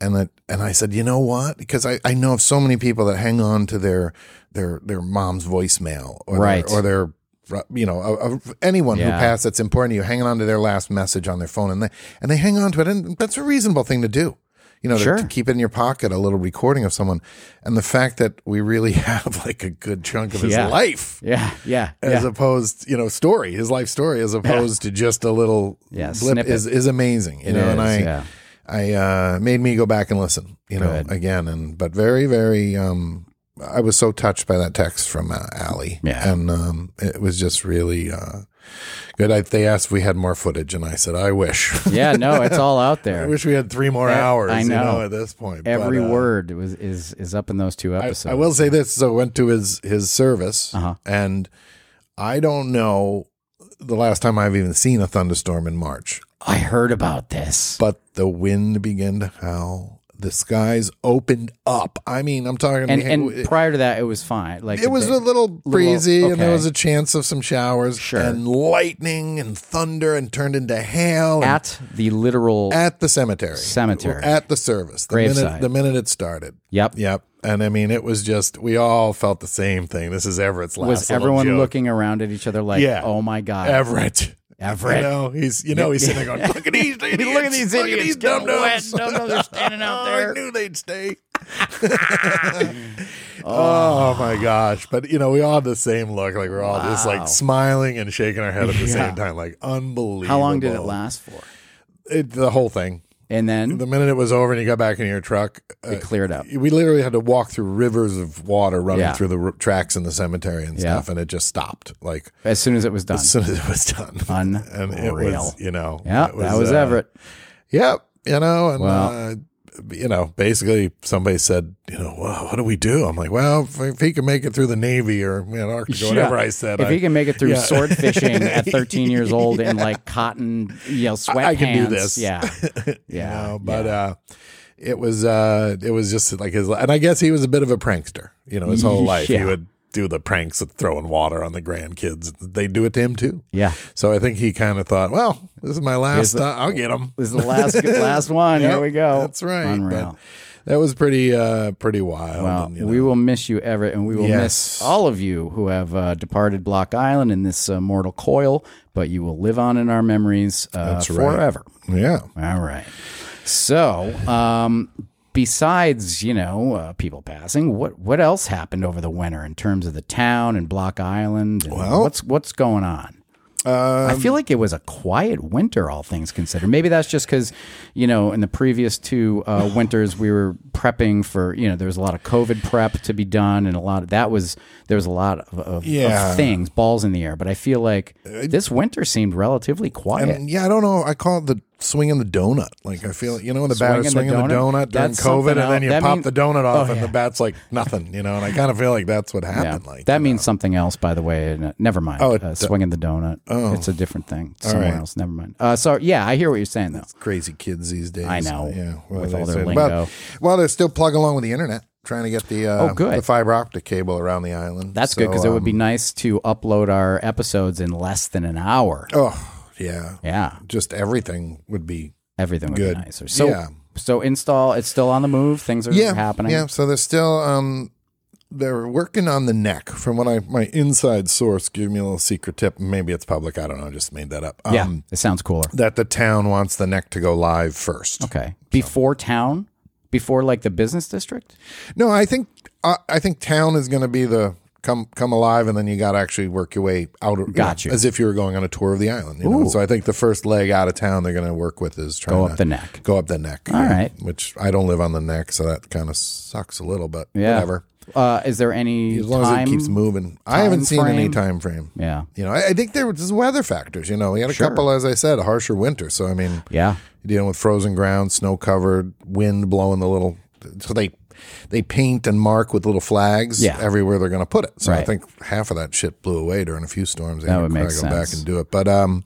Speaker 1: and that, and I said, you know what? Because I, I know of so many people that hang on to their their their mom's voicemail, or
Speaker 2: Right.
Speaker 1: Their, or their uh, you know a, a- anyone who
Speaker 2: Yeah.
Speaker 1: passed that's important to you hanging on to their last message on their phone and they and they hang on to it and that's a reasonable thing to do you know to-
Speaker 2: Sure.
Speaker 1: to keep in your pocket a little recording of someone and the fact that we really have like a good chunk of his
Speaker 2: Yeah.
Speaker 1: life
Speaker 2: Yeah. Yeah.
Speaker 1: as
Speaker 2: yeah.
Speaker 1: opposed you know story his life story as opposed to just a little
Speaker 2: Yeah,
Speaker 1: blip
Speaker 2: snippet.
Speaker 1: is, is amazing you
Speaker 2: It
Speaker 1: know and
Speaker 2: is,
Speaker 1: i
Speaker 2: yeah.
Speaker 1: i uh made me go back and listen you know
Speaker 2: Good.
Speaker 1: again and but very very um i was so touched by that text from uh, Allie.
Speaker 2: Yeah.
Speaker 1: and um it was just really uh good I, they asked if we had more footage and i said i wish
Speaker 2: yeah. No, it's all out there.
Speaker 1: i wish we had three more
Speaker 2: I-
Speaker 1: hours
Speaker 2: I
Speaker 1: you know
Speaker 2: know.
Speaker 1: at this point But,
Speaker 2: Every
Speaker 1: uh,
Speaker 2: word was is is up in those two
Speaker 1: I,
Speaker 2: episodes.
Speaker 1: I will say this. So I went to his his service,
Speaker 2: Uh-huh.
Speaker 1: and I don't know the last time I've even seen a thunderstorm in March.
Speaker 2: I heard about this.
Speaker 1: But the wind began to howl. The skies opened up. I mean, I'm talking.
Speaker 2: and and prior to that, it was fine. Like
Speaker 1: it was
Speaker 2: they-
Speaker 1: a little breezy, and there
Speaker 2: okay.
Speaker 1: was a chance of some showers,
Speaker 2: Sure.
Speaker 1: and lightning and thunder, and turned into hail. and
Speaker 2: at the literal.
Speaker 1: at the cemetery,
Speaker 2: Cemetery.
Speaker 1: at the service. The minute
Speaker 2: Graveside.
Speaker 1: the minute it started.
Speaker 2: yep.
Speaker 1: Yep. And I mean, it was just, we all felt the same thing. This is Everett's last
Speaker 2: Was
Speaker 1: little
Speaker 2: everyone
Speaker 1: joke.
Speaker 2: looking around at each other like,
Speaker 1: Yeah.
Speaker 2: "Oh my god,
Speaker 1: Everett.
Speaker 2: Everett.
Speaker 1: You know, he's, you know, he's sitting there going, look at these idiots.
Speaker 2: Look at these
Speaker 1: Look
Speaker 2: idiots
Speaker 1: these
Speaker 2: getting
Speaker 1: dum-dums.
Speaker 2: wet. Dum-dums are standing out
Speaker 1: Oh, I
Speaker 2: there."
Speaker 1: knew they'd stay.
Speaker 2: Ah.
Speaker 1: oh. my gosh. But, you know, we all had the same look. Like, we're all just
Speaker 2: Wow.
Speaker 1: like smiling and shaking our head at the
Speaker 2: Yeah.
Speaker 1: same time. Like, unbelievable.
Speaker 2: How long did it last for?"
Speaker 1: It, the whole thing.
Speaker 2: And then
Speaker 1: The minute it was over and you got back in your truck, uh,
Speaker 2: it cleared up.
Speaker 1: we literally had to walk through rivers of water running
Speaker 2: Yeah.
Speaker 1: through the r- tracks in the cemetery and
Speaker 2: Yeah.
Speaker 1: stuff, and it just stopped like
Speaker 2: As soon as it was done.
Speaker 1: as soon as it was done. and it
Speaker 2: Unreal.
Speaker 1: was, you know,
Speaker 2: Yeah,
Speaker 1: it
Speaker 2: that was
Speaker 1: uh,
Speaker 2: Everett.
Speaker 1: Yep, you know, and
Speaker 2: Wow.
Speaker 1: uh, you know, basically somebody said, you know, well, what do we do? I'm like, well, if, if he can make it through the Navy or you know, Arctic, or whatever
Speaker 2: Yeah.
Speaker 1: I said,
Speaker 2: If
Speaker 1: I,
Speaker 2: he can make it through
Speaker 1: yeah.
Speaker 2: sword fishing at 13 years old in like cotton, you know, sweatpants.
Speaker 1: I can do this.
Speaker 2: Yeah.
Speaker 1: you
Speaker 2: Yeah.
Speaker 1: know, but uh, it was uh, it was just like his, and I guess he was a bit of a prankster. You know, his whole life he
Speaker 2: Yeah.
Speaker 1: would do the pranks of throwing water on the grandkids. They do it to him too.
Speaker 2: yeah.
Speaker 1: So I think he kind of thought, well, this is my last. uh, I'll get him.
Speaker 2: This is the last last one. Here we go.
Speaker 1: That's right.
Speaker 2: Unreal.
Speaker 1: But that was pretty uh, pretty wild.
Speaker 2: Well,
Speaker 1: and, you
Speaker 2: we
Speaker 1: know,
Speaker 2: will miss you, Everett, and we will
Speaker 1: Yes.
Speaker 2: miss all of you who have uh, departed Block Island in this uh, mortal coil, but you will live on in our memories uh,
Speaker 1: That's right.
Speaker 2: forever.
Speaker 1: yeah.
Speaker 2: All right. So, um, besides, you know, uh, people passing, what what else happened over the winter in terms of the town and Block Island? And
Speaker 1: Well-
Speaker 2: what's what's going on? I feel like it was a quiet winter, all things considered. Maybe that's just because, you know, in the previous two uh, winters, we were prepping for, you know, there was a lot of COVID prep to be done, and a lot of that was there was a lot of, of, of
Speaker 1: Yeah.
Speaker 2: things, balls in the air. But I feel like this winter seemed relatively quiet.
Speaker 1: And yeah, I don't know. I call it the swinging the donut. Like I feel, you know, when the bat is
Speaker 2: Swinging
Speaker 1: swinging
Speaker 2: the
Speaker 1: the donut,
Speaker 2: donut?
Speaker 1: during
Speaker 2: That's
Speaker 1: COVID,
Speaker 2: something
Speaker 1: and then
Speaker 2: else.
Speaker 1: you
Speaker 2: That
Speaker 1: pop
Speaker 2: means-
Speaker 1: the donut off,
Speaker 2: Oh,
Speaker 1: and
Speaker 2: yeah.
Speaker 1: the bat's like nothing, you know. And I kind of feel like that's what happened. Like
Speaker 2: that
Speaker 1: you
Speaker 2: means something else, by the way. and, uh, Never mind.
Speaker 1: Oh,
Speaker 2: Oh,
Speaker 1: it
Speaker 2: uh,
Speaker 1: do-
Speaker 2: swinging the donut.
Speaker 1: Oh.
Speaker 2: it's a different thing. Somewhere
Speaker 1: right.
Speaker 2: else. Never mind. Uh, so yeah, I hear what you're saying though.
Speaker 1: know, crazy kids these days.
Speaker 2: I know,
Speaker 1: Yeah,
Speaker 2: with
Speaker 1: they
Speaker 2: all their
Speaker 1: say.
Speaker 2: lingo.
Speaker 1: But, well, they're still plugging along with the internet, trying to get the uh,
Speaker 2: Oh, good.
Speaker 1: the fiber optic cable around the island.
Speaker 2: That's good 'cause
Speaker 1: So,
Speaker 2: good because it would
Speaker 1: um,
Speaker 2: be nice to upload our episodes in less than an hour.
Speaker 1: Oh yeah,
Speaker 2: Yeah,
Speaker 1: just everything would be
Speaker 2: everything would
Speaker 1: Good.
Speaker 2: be nicer. So
Speaker 1: Yeah.
Speaker 2: so install. It's still on the move. Things are
Speaker 1: yeah
Speaker 2: happening.
Speaker 1: Yeah, so they're still um they're working on the neck. From what I my inside source gave me a little secret tip. Maybe it's public. I don't know. I just made that up. Um,
Speaker 2: Yeah, it sounds cooler.
Speaker 1: That the town wants the neck to go live first.
Speaker 2: Okay, before town, before like the business district.
Speaker 1: No, I think I I think town is going to be the come come alive, and then you got to actually work your way out. of-
Speaker 2: Got you.
Speaker 1: As if you were going on a tour of the island. You know?
Speaker 2: Ooh.
Speaker 1: So I think the first leg out of town they're going to work with is trying
Speaker 2: Go
Speaker 1: to
Speaker 2: up the neck.
Speaker 1: Go up the neck.
Speaker 2: All right.
Speaker 1: Which I don't live on the neck, so that kind of sucks a little, but
Speaker 2: Yeah.
Speaker 1: whatever.
Speaker 2: Uh, is there any
Speaker 1: As long
Speaker 2: time?
Speaker 1: as it keeps moving. I haven't seen any
Speaker 2: frame?
Speaker 1: time frame.
Speaker 2: yeah.
Speaker 1: You know, I, I think there was just weather factors. You know, we had a
Speaker 2: Sure.
Speaker 1: couple, as I said, harsher winter. So I mean,
Speaker 2: Yeah.
Speaker 1: you're dealing with frozen ground, snow covered, wind blowing the little. So they they paint and mark with little flags
Speaker 2: Yeah.
Speaker 1: everywhere they're going to put it. So I
Speaker 2: Right.
Speaker 1: think half of that shit blew away during a few storms. They
Speaker 2: That
Speaker 1: had to
Speaker 2: would make
Speaker 1: cry, go back
Speaker 2: sense.
Speaker 1: and do it, but um.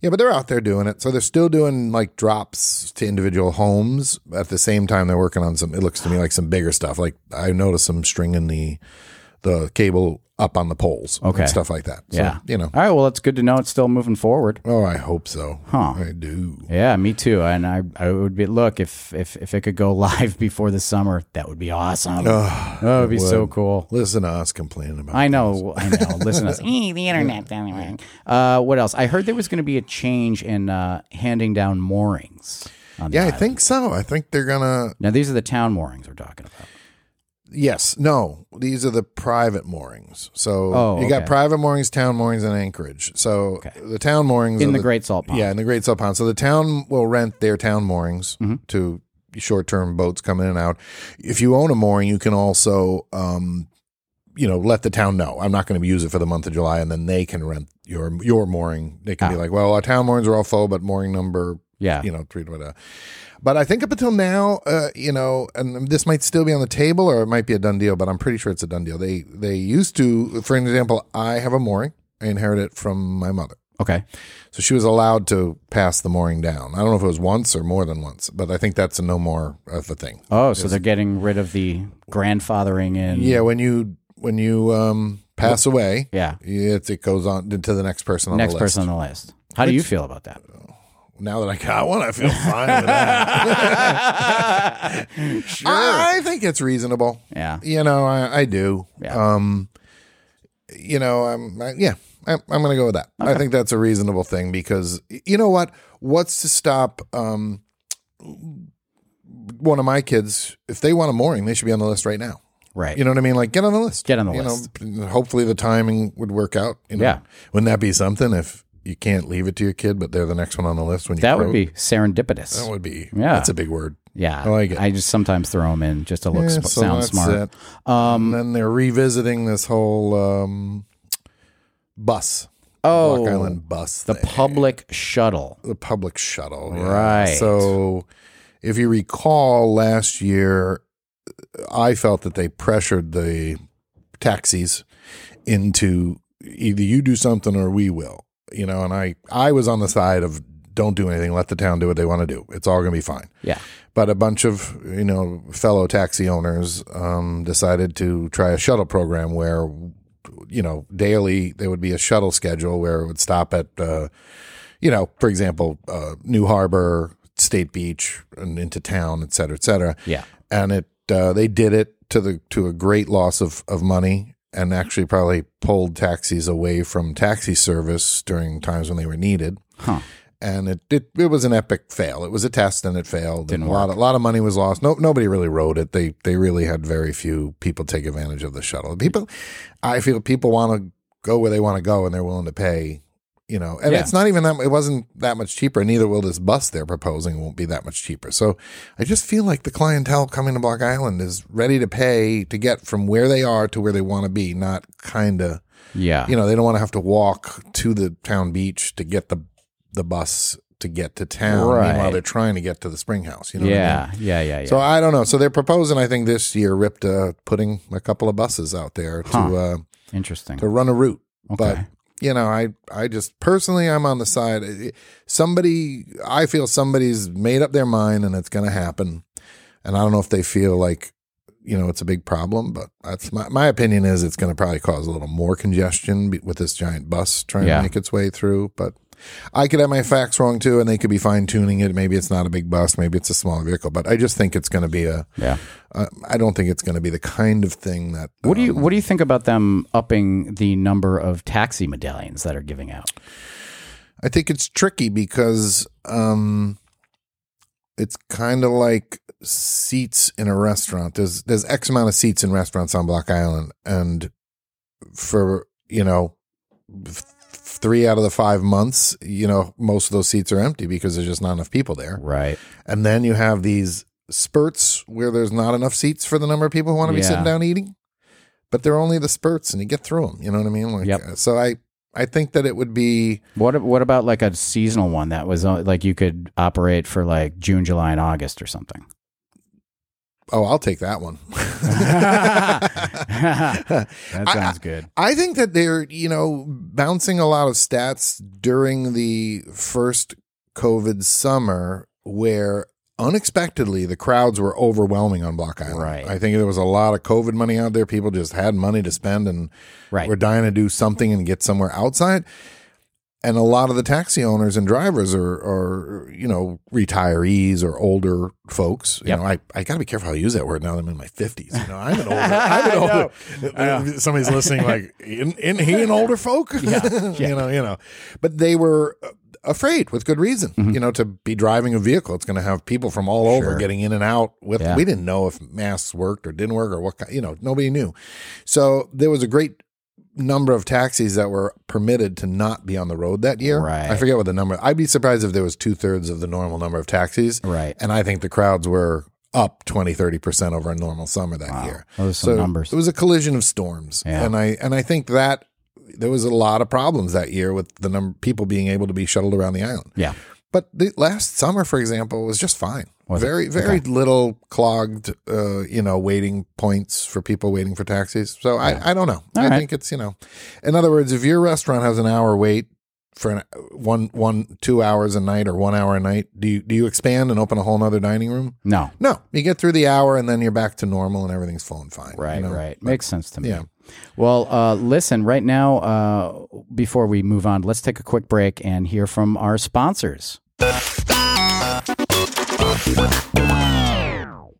Speaker 1: Yeah, but they're out there doing it. So they're still doing like drops to individual homes. At the same time, they're working on some. It looks to me like some bigger stuff. Like I noticed some stringing the the cable up on the poles,
Speaker 2: Okay.
Speaker 1: and stuff like that. So,
Speaker 2: Yeah.
Speaker 1: you know.
Speaker 2: All right. Well, it's good to know it's still moving forward.
Speaker 1: Oh, I hope so.
Speaker 2: Huh.
Speaker 1: I do.
Speaker 2: Yeah, me too. And I, I would be look if if if it could go live before the summer, that would be awesome. Oh, it would be so cool.
Speaker 1: Listen to us complaining about.
Speaker 2: I know, I know. Listen to us. Eh, the internet. anyway. Uh, what else? I heard there was going to be a change in uh, handing down moorings. On the
Speaker 1: Yeah, I
Speaker 2: island.
Speaker 1: think so. I think they're gonna.
Speaker 2: Now these are the town moorings we're talking about.
Speaker 1: Yes, no. These are the private moorings. So
Speaker 2: Oh,
Speaker 1: you got
Speaker 2: okay.
Speaker 1: private moorings, town moorings, and anchorage. So the town moorings
Speaker 2: In
Speaker 1: are
Speaker 2: the Great Salt Pond.
Speaker 1: Yeah, in the Great Salt Pond. So the town will rent their town moorings
Speaker 2: Mm-hmm.
Speaker 1: to short-term boats coming in and out. If you own a mooring, you can also, um, you know, let the town know I'm not going to use it for the month of July, and then they can rent your your mooring. They can be
Speaker 2: Ah.
Speaker 1: like, well, our town moorings are all full, but mooring number
Speaker 2: Yeah.
Speaker 1: you know, three whatever. But I think up until now, uh, you know, and this might still be on the table, or it might be a done deal. But I'm pretty sure it's a done deal. They they used to, for an example, I have a mooring. I inherited it from my mother,
Speaker 2: Okay.
Speaker 1: so she was allowed to pass the mooring down. I don't know if it was once or more than once, but I think that's no more of a thing.
Speaker 2: Oh, so they're getting rid of the grandfathering in.
Speaker 1: Yeah, when you when you um, pass away,
Speaker 2: Yeah.
Speaker 1: it it goes on to the next person on
Speaker 2: Next
Speaker 1: the list.
Speaker 2: person on the list. How do you feel about that?
Speaker 1: Now that I got one, I feel fine with that.
Speaker 2: sure.
Speaker 1: I, I think it's reasonable.
Speaker 2: yeah.
Speaker 1: You know, I, I do.
Speaker 2: Yeah.
Speaker 1: Um, you know, I'm I, yeah, I, I'm going to go with that. I think that's a reasonable thing because y- you know what? What's to stop um, one of my kids if they want a mooring, they should be on the list right now.
Speaker 2: Right.
Speaker 1: You know what I mean? Like get on the list.
Speaker 2: Get on the
Speaker 1: you
Speaker 2: list.
Speaker 1: Know, hopefully the timing would work out. You know?
Speaker 2: Yeah.
Speaker 1: Wouldn't that be something if you can't leave it to your kid, but they're the next one on the list when you
Speaker 2: that would
Speaker 1: croak?
Speaker 2: be serendipitous.
Speaker 1: that would be
Speaker 2: Yeah.
Speaker 1: That's a big word.
Speaker 2: Yeah,
Speaker 1: I like it.
Speaker 2: I just sometimes throw them in just to look
Speaker 1: Yeah,
Speaker 2: sp-
Speaker 1: so
Speaker 2: sound
Speaker 1: that's
Speaker 2: smart.
Speaker 1: it. and
Speaker 2: Um,
Speaker 1: then they're revisiting this whole um, bus.
Speaker 2: Oh,
Speaker 1: Block Island bus.
Speaker 2: the
Speaker 1: thing.
Speaker 2: public shuttle.
Speaker 1: the public shuttle. yeah.
Speaker 2: Right.
Speaker 1: So if you recall last year, I felt that they pressured the taxis into either you do something or we will. You know, and I I was on the side of don't do anything, let the town do what they want to do. It's all going to be fine
Speaker 2: Yeah,
Speaker 1: but a bunch of you know fellow taxi owners um, decided to try a shuttle program where you know daily there would be a shuttle schedule where it would stop at uh, you know for example uh, New Harbor, State Beach, and into town, et cetera, et cetera.
Speaker 2: Yeah.
Speaker 1: and it uh, they did it to the to a great loss of of money. And actually, probably pulled taxis away from taxi service during times when they were needed
Speaker 2: huh?
Speaker 1: and it, it it was an epic fail. It was a test and it failed.
Speaker 2: Didn't
Speaker 1: and a lot a lot of money was lost. No nobody really rode it. They they really had very few people take advantage of the shuttle. People I feel people want to go where they want to go and they're willing to pay, you know. And
Speaker 2: Yeah.
Speaker 1: it's not even that it wasn't that much cheaper and neither will this bus they're proposing won't be that much cheaper. So I just feel like the clientele coming to Block Island is ready to pay to get from where they are to where they want to be, not kind of
Speaker 2: Yeah,
Speaker 1: you know they don't want to have to walk to the town beach to get the the bus to get to town
Speaker 2: Right.
Speaker 1: meanwhile they're trying to get to the spring house you know what I mean?
Speaker 2: yeah, yeah, yeah, yeah.
Speaker 1: so i don't know so they're proposing i think this year ripta putting a couple of buses out there
Speaker 2: Huh.
Speaker 1: to uh
Speaker 2: Interesting.
Speaker 1: to run a route but
Speaker 2: Okay.
Speaker 1: you know i i just personally i'm on the side it- somebody i feel somebody's made up their mind and it's going to happen and i don't know if they feel like you know it's a big problem but that's my, my opinion is it's going to probably cause a little more congestion be- with this giant bus trying
Speaker 2: Yeah.
Speaker 1: to make its way through but i could have my facts wrong too and they could be fine tuning it maybe it's not a big bus maybe it's a small vehicle but i just think it's going to be a
Speaker 2: Yeah.
Speaker 1: uh, i don't think it's going to be the kind of thing that
Speaker 2: What do you
Speaker 1: um,
Speaker 2: What do you think about them upping the number of taxi medallions that are giving out?
Speaker 1: I think it's tricky because um, it's kind of like seats in a restaurant. There's there's X amount of seats in restaurants on Block Island, and for you know f- three out of the five months, you know most of those seats are empty because there's just not enough people there.
Speaker 2: Right.
Speaker 1: And then you have these spurts where there's not enough seats for the number of people who want to be
Speaker 2: Yeah.
Speaker 1: sitting down eating, but they're only the spurts, and you get through them. You know what I mean? Like,
Speaker 2: Yep.
Speaker 1: uh, So I I think that it would be
Speaker 2: What What about like a seasonal one that was uh, like you could operate for like June, July, and August or something?
Speaker 1: oh I'll take that one.
Speaker 2: that sounds good.
Speaker 1: I think that they're, you know, bouncing a lot of stats during the first COVID summer where unexpectedly the crowds were overwhelming on Block Island.
Speaker 2: Right.
Speaker 1: I think there was a lot of COVID money out there. People just had money to spend and
Speaker 2: Right.
Speaker 1: were dying to do something and get somewhere outside. And a lot of the taxi owners and drivers are, are you know, retirees or older folks. You
Speaker 2: Yep.
Speaker 1: know, I, I got to be careful how I use that word now that I'm in my 50s. You know, I'm an older. I'm an older. Somebody's listening, like, isn't, isn't he an older folk? you know, you know. But they were uh, afraid with good reason, you know, to be driving a vehicle. It's going to have people from all over
Speaker 2: Mm-hmm. Sure.
Speaker 1: getting in and out with.
Speaker 2: Yeah.
Speaker 1: We didn't know if masks worked or didn't work or what kind, you know, nobody knew. So there was a great number of taxis that were permitted to not be on the road that year.
Speaker 2: Right.
Speaker 1: I forget what the number, I'd be surprised if there was two thirds of the normal number of taxis.
Speaker 2: Right.
Speaker 1: And I think the crowds were up 20, 30% over a normal summer that year.
Speaker 2: Those are some numbers.
Speaker 1: It was a collision of storms,
Speaker 2: Yeah.
Speaker 1: and I and I think that there was a lot of problems that year with the number people being able to be shuttled around the island.
Speaker 2: Yeah.
Speaker 1: But the last summer, for example, was just fine.
Speaker 2: Was it?
Speaker 1: very very little clogged, uh, you know, waiting points for people waiting for taxis. So I I don't know. I
Speaker 2: right.
Speaker 1: think it's you know, in other words, if your restaurant has an hour wait. For an, one, one, two hours a night or one hour a night, do you do you expand and open a whole nother dining room?
Speaker 2: No.
Speaker 1: No, you get through the hour and then you're back to normal and everything's flowing fine.
Speaker 2: Right,
Speaker 1: you know?
Speaker 2: right. Makes sense to me.
Speaker 1: Yeah.
Speaker 2: Well, uh, listen, right now, uh, before we move on, let's take a quick break and hear from our sponsors.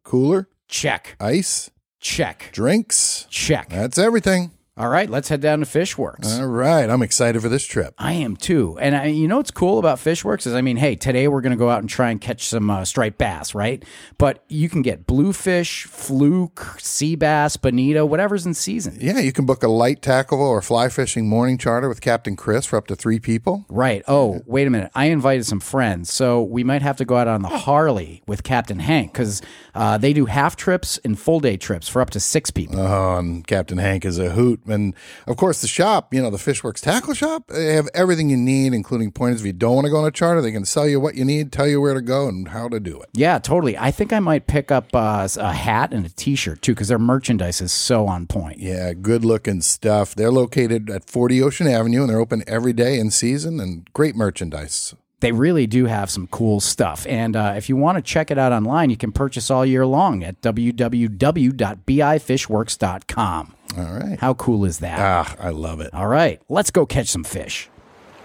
Speaker 1: Cooler,
Speaker 2: Check,
Speaker 1: ice,
Speaker 2: check,
Speaker 1: drinks.
Speaker 2: check.
Speaker 1: That's everything.
Speaker 2: All right, let's head down to Fishworks.
Speaker 1: All right. I'm excited for this trip.
Speaker 2: I am too. And I, you know what's cool about Fishworks is, I mean, hey, today we're going to go out and try and catch some uh, striped bass, right? But you can get bluefish, fluke, sea bass, bonito, whatever's in season.
Speaker 1: Yeah, you can book a light tackle or fly fishing morning charter with Captain Chris for up to three people.
Speaker 2: Right. Oh, wait a minute. I invited some friends, so we might have to go out on the Harley with Captain Hank because uh, they do half trips and full day trips for up to six people.
Speaker 1: Oh, and Captain Hank is a hoot. And of course, the shop, you know, the Fishworks Tackle Shop, they have everything you need, including pointers. If you don't want to go on a charter, they can sell you what you need, tell you where to go, and how to do it.
Speaker 2: yeah, totally. I think I might pick up uh, a hat and a T-shirt too because their merchandise is so on point.
Speaker 1: Yeah, good looking stuff. They're located at 40 Ocean Avenue and they're open every day in season and great merchandise.
Speaker 2: They really do have some cool stuff. And uh, if you want to check it out online, you can purchase all year long at www.bifishworks.com.
Speaker 1: All right.
Speaker 2: How cool is that?
Speaker 1: Ah, I love it.
Speaker 2: all right, let's go catch some fish.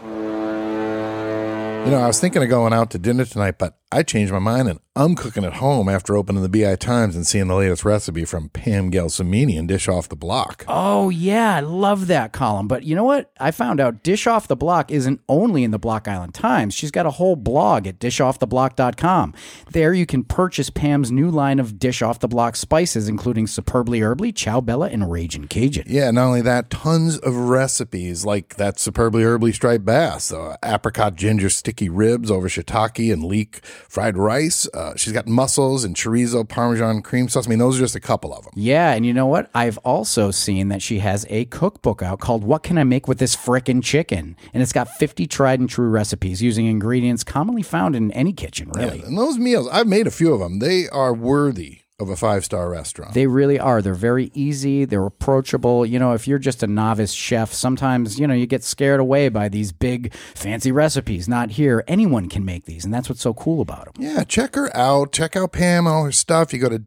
Speaker 1: You know, I was thinking of going out to dinner tonight, but I changed my mind and I'm cooking at home after opening the BI Times and seeing the latest recipe from Pam Gelsomini and Dish Off the Block.
Speaker 2: Oh yeah, I love that column. But you know what? I found out Dish Off the Block isn't only in the Block Island Times. She's got a whole blog at dishofftheblock.com. There you can purchase Pam's new line of Dish Off the Block spices including Superbly Herbly, Chow Bella and Ragin' Cajun.
Speaker 1: Yeah, not only that, tons of recipes like that superbly herbly striped bass, uh, apricot ginger sticky ribs over shiitake and leek fried rice. Uh, she's got mussels and chorizo parmesan cream sauce. I mean, those are just a couple of them.
Speaker 2: Yeah, and you know what? I've also seen that she has a cookbook out called What Can I Make with This Frickin' Chicken? And it's got 50 tried and true recipes using ingredients commonly found in any kitchen, really.
Speaker 1: And those meals, I've made a few of them. They are worthy of a five star restaurant.
Speaker 2: They really are. They're very easy. They're approachable. You know, if you're just a novice chef, sometimes, you know, you get scared away by these big fancy recipes. Not here. Anyone can make these. And that's what's so cool about them.
Speaker 1: yeah, check her out. Check out Pam and all her stuff. You go to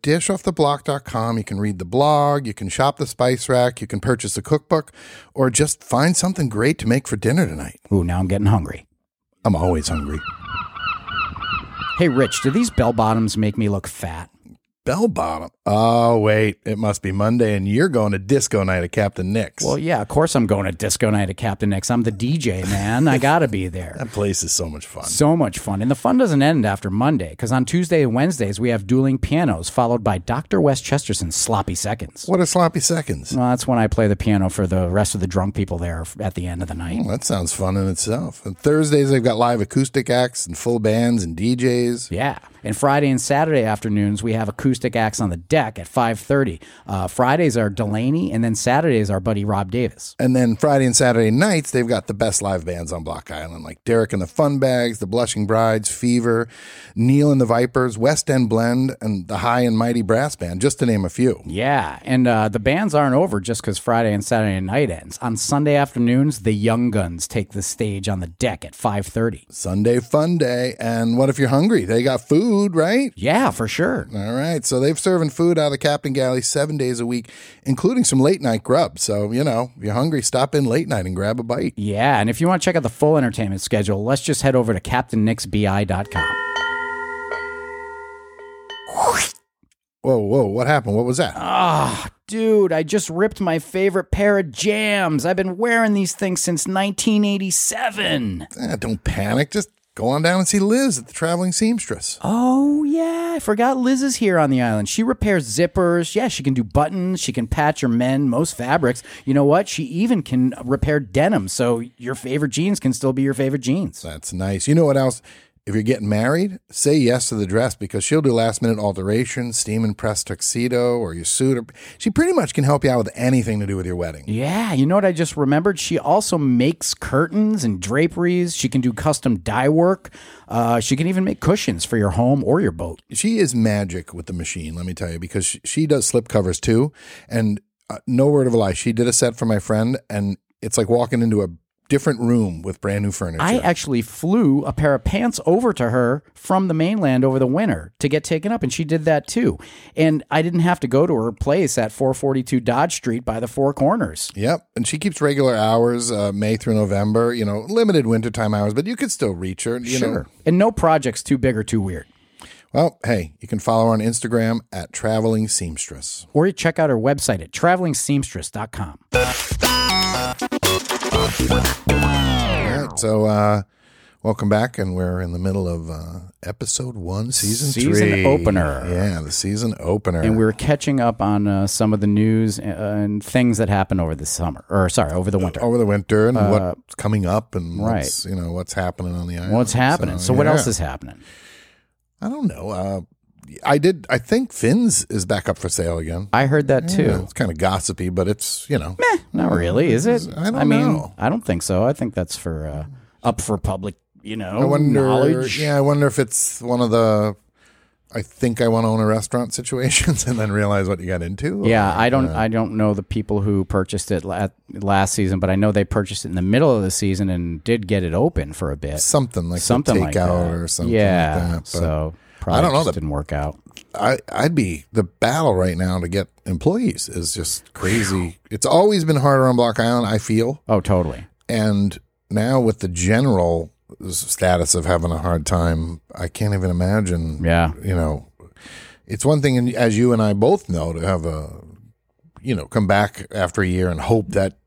Speaker 1: dishofftheblock.com. You can read the blog. You can shop the spice rack. You can purchase the cookbook or just find something great to make for dinner tonight.
Speaker 2: Ooh, now I'm getting hungry.
Speaker 1: I'm always hungry.
Speaker 2: Hey, Rich, do these bell bottoms make me look fat?
Speaker 1: Bell bottom. Oh wait, it must be Monday, and you're going to disco night at Captain Nick's.
Speaker 2: Well, yeah, of course I'm going to disco night at Captain Nick's. I'm the DJ, man. I got to be there.
Speaker 1: that place is so much fun.
Speaker 2: So much fun. And the fun doesn't end after Monday because on Tuesday and Wednesdays, we have dueling pianos followed by Dr. Westchesterson's sloppy seconds.
Speaker 1: what are sloppy seconds?
Speaker 2: Well, that's when I play the piano for the rest of the drunk people there at the end of the night.
Speaker 1: Well, that sounds fun in itself. And Thursdays they've got live acoustic acts and full bands and DJs.
Speaker 2: Yeah. And Friday and Saturday afternoons, we have acoustic acts on the deck at 5.30. Uh, Fridays are Delaney, and then Saturdays our buddy Rob Davis.
Speaker 1: And then Friday and Saturday nights they've got the best live bands on Block Island, like Derek and the Fun Bags, the Blushing Brides, Fever, Neil and the Vipers, West End Blend, and the High and Mighty Brass Band, just to name a few.
Speaker 2: Yeah, and uh, the bands aren't over just because Friday and Saturday night ends. On Sunday afternoons, the Young Guns take the stage on the deck at 5.30.
Speaker 1: Sunday Fun Day, and what if you're hungry? They got food, right?
Speaker 2: Yeah, for sure.
Speaker 1: All right. So they've serving food out of the Captain Galley seven days a week, including some late night grub. So, you know, if you're hungry, stop in late night and grab a bite.
Speaker 2: Yeah, and if you want to check out the full entertainment schedule, let's just head over to CaptainNicksBI.com.
Speaker 1: Whoa, whoa, what happened? What was that?
Speaker 2: Ah, dude, I just ripped my favorite pair of jams. I've been wearing these things since 1987.
Speaker 1: Eh, don't panic. Just go on down and see Liz at the Traveling Seamstress.
Speaker 2: Oh, yeah. I forgot Liz is here on the island. She repairs zippers. Yeah, she can do buttons. She can patch or mend most fabrics. You know what? She even can repair denim. So your favorite jeans can still be your favorite jeans.
Speaker 1: That's nice. You know what else? If you're getting married, say yes to the dress because she'll do last minute alterations, steam and press tuxedo, or your suit. Or, she pretty much can help you out with anything to do with your wedding.
Speaker 2: Yeah, you know what I just remembered? She also makes curtains and draperies. She can do custom dye work. Uh, she can even make cushions for your home or your boat.
Speaker 1: she is magic with the machine, let me tell you, because she, she does slip covers too. And uh, no word of a lie, she did a set for my friend, and it's like walking into a different room with brand new furniture.
Speaker 2: I actually flew a pair of pants over to her from the mainland over the winter to get taken up, and she did that too. And I didn't have to go to her place at 442 Dodge Street by the Four Corners.
Speaker 1: Yep. And she keeps regular hours, uh, May through November, you know, limited wintertime hours, but you could still reach her. You Know.
Speaker 2: And no project's too big or too weird.
Speaker 1: Well, hey, you can follow her on Instagram at Traveling Seamstress.
Speaker 2: Or you check out her website at travelingseamstress.com.
Speaker 1: All right. So, uh, welcome back. And we're in the middle of uh, episode one, season,
Speaker 2: Season
Speaker 1: three.
Speaker 2: opener.
Speaker 1: Yeah, the season opener.
Speaker 2: And we were catching up on uh, some of the news and, and things that happened over the summer, or sorry, over the winter.
Speaker 1: over the winter
Speaker 2: Uh,
Speaker 1: and what's coming up and what's, you know what's happening on the island.
Speaker 2: What's happening? So, what
Speaker 1: Oh, yeah.
Speaker 2: else is happening?
Speaker 1: I don't know. Uh, I did. I think Finn's is back up for sale again.
Speaker 2: I heard that too.
Speaker 1: Yeah, it's kind of gossipy, but it's you know
Speaker 2: Not really, is it?
Speaker 1: I don't
Speaker 2: mean,
Speaker 1: know.
Speaker 2: I don't think so. I think that's for uh, up for public, you know,
Speaker 1: I wonder.
Speaker 2: knowledge.
Speaker 1: Yeah, I wonder if it's one of the. I think I want to own a restaurant situations and then realize what you got into.
Speaker 2: Yeah, I don't. I don't know the people who purchased it la- last season, but I know they purchased it in the middle of the season and did get it open for a bit.
Speaker 1: something like
Speaker 2: something
Speaker 1: the
Speaker 2: like that,
Speaker 1: takeout or something.
Speaker 2: Yeah.
Speaker 1: like that. But
Speaker 2: so probably
Speaker 1: I don't know
Speaker 2: just
Speaker 1: the-
Speaker 2: didn't work out.
Speaker 1: I, I'd be the battle right now to get employees is just crazy. It's always been harder on Block Island. I feel.
Speaker 2: Oh, totally.
Speaker 1: and now with the general status of having a hard time i can't even imagine
Speaker 2: Yeah.
Speaker 1: you know it's one thing and as you and i both know to have a you know come back after a year and hope that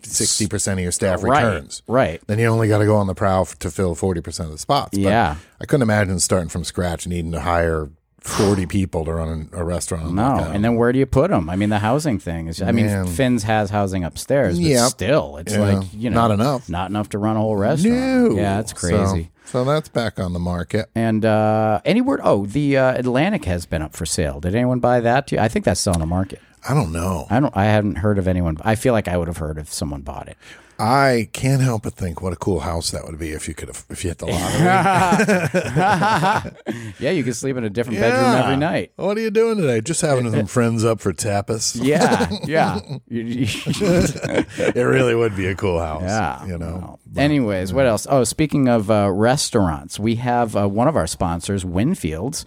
Speaker 1: 60% of your staff returns
Speaker 2: Right. Right.
Speaker 1: then you only got to go on the prowl f- to fill 40% of the spots But
Speaker 2: Yeah.
Speaker 1: i couldn't imagine starting from scratch needing to hire 40 people to run a a restaurant on
Speaker 2: No,
Speaker 1: Long Island.
Speaker 2: and then where do you put them? I mean, the housing thing is. I mean,
Speaker 1: Man.
Speaker 2: Finn's has housing upstairs, but
Speaker 1: Yep.
Speaker 2: still, it's
Speaker 1: Yeah.
Speaker 2: like you know,
Speaker 1: Not enough.
Speaker 2: not enough to run a whole restaurant.
Speaker 1: No.
Speaker 2: Yeah, it's
Speaker 1: So-
Speaker 2: crazy.
Speaker 1: so that's back on the market
Speaker 2: And uh, any word? Oh, the uh, Atlantic has been up for sale. Did anyone buy that? Too? I think that's still on the market.
Speaker 1: i don't know
Speaker 2: I don't. I haven't heard of anyone. I feel like I would have heard if someone bought it.
Speaker 1: I can't help but think what a cool house that would be if you could have, if you hit the lottery.
Speaker 2: Yeah, you can sleep in a different bedroom every night.
Speaker 1: What are you doing today? Just having some friends up for tapas.
Speaker 2: Yeah, yeah, You- you-
Speaker 1: It really would be a cool house.
Speaker 2: yeah.
Speaker 1: You know.
Speaker 2: Well, anyways, what else? Oh, speaking of uh, restaurants, we have uh, one of our sponsors, Winfields.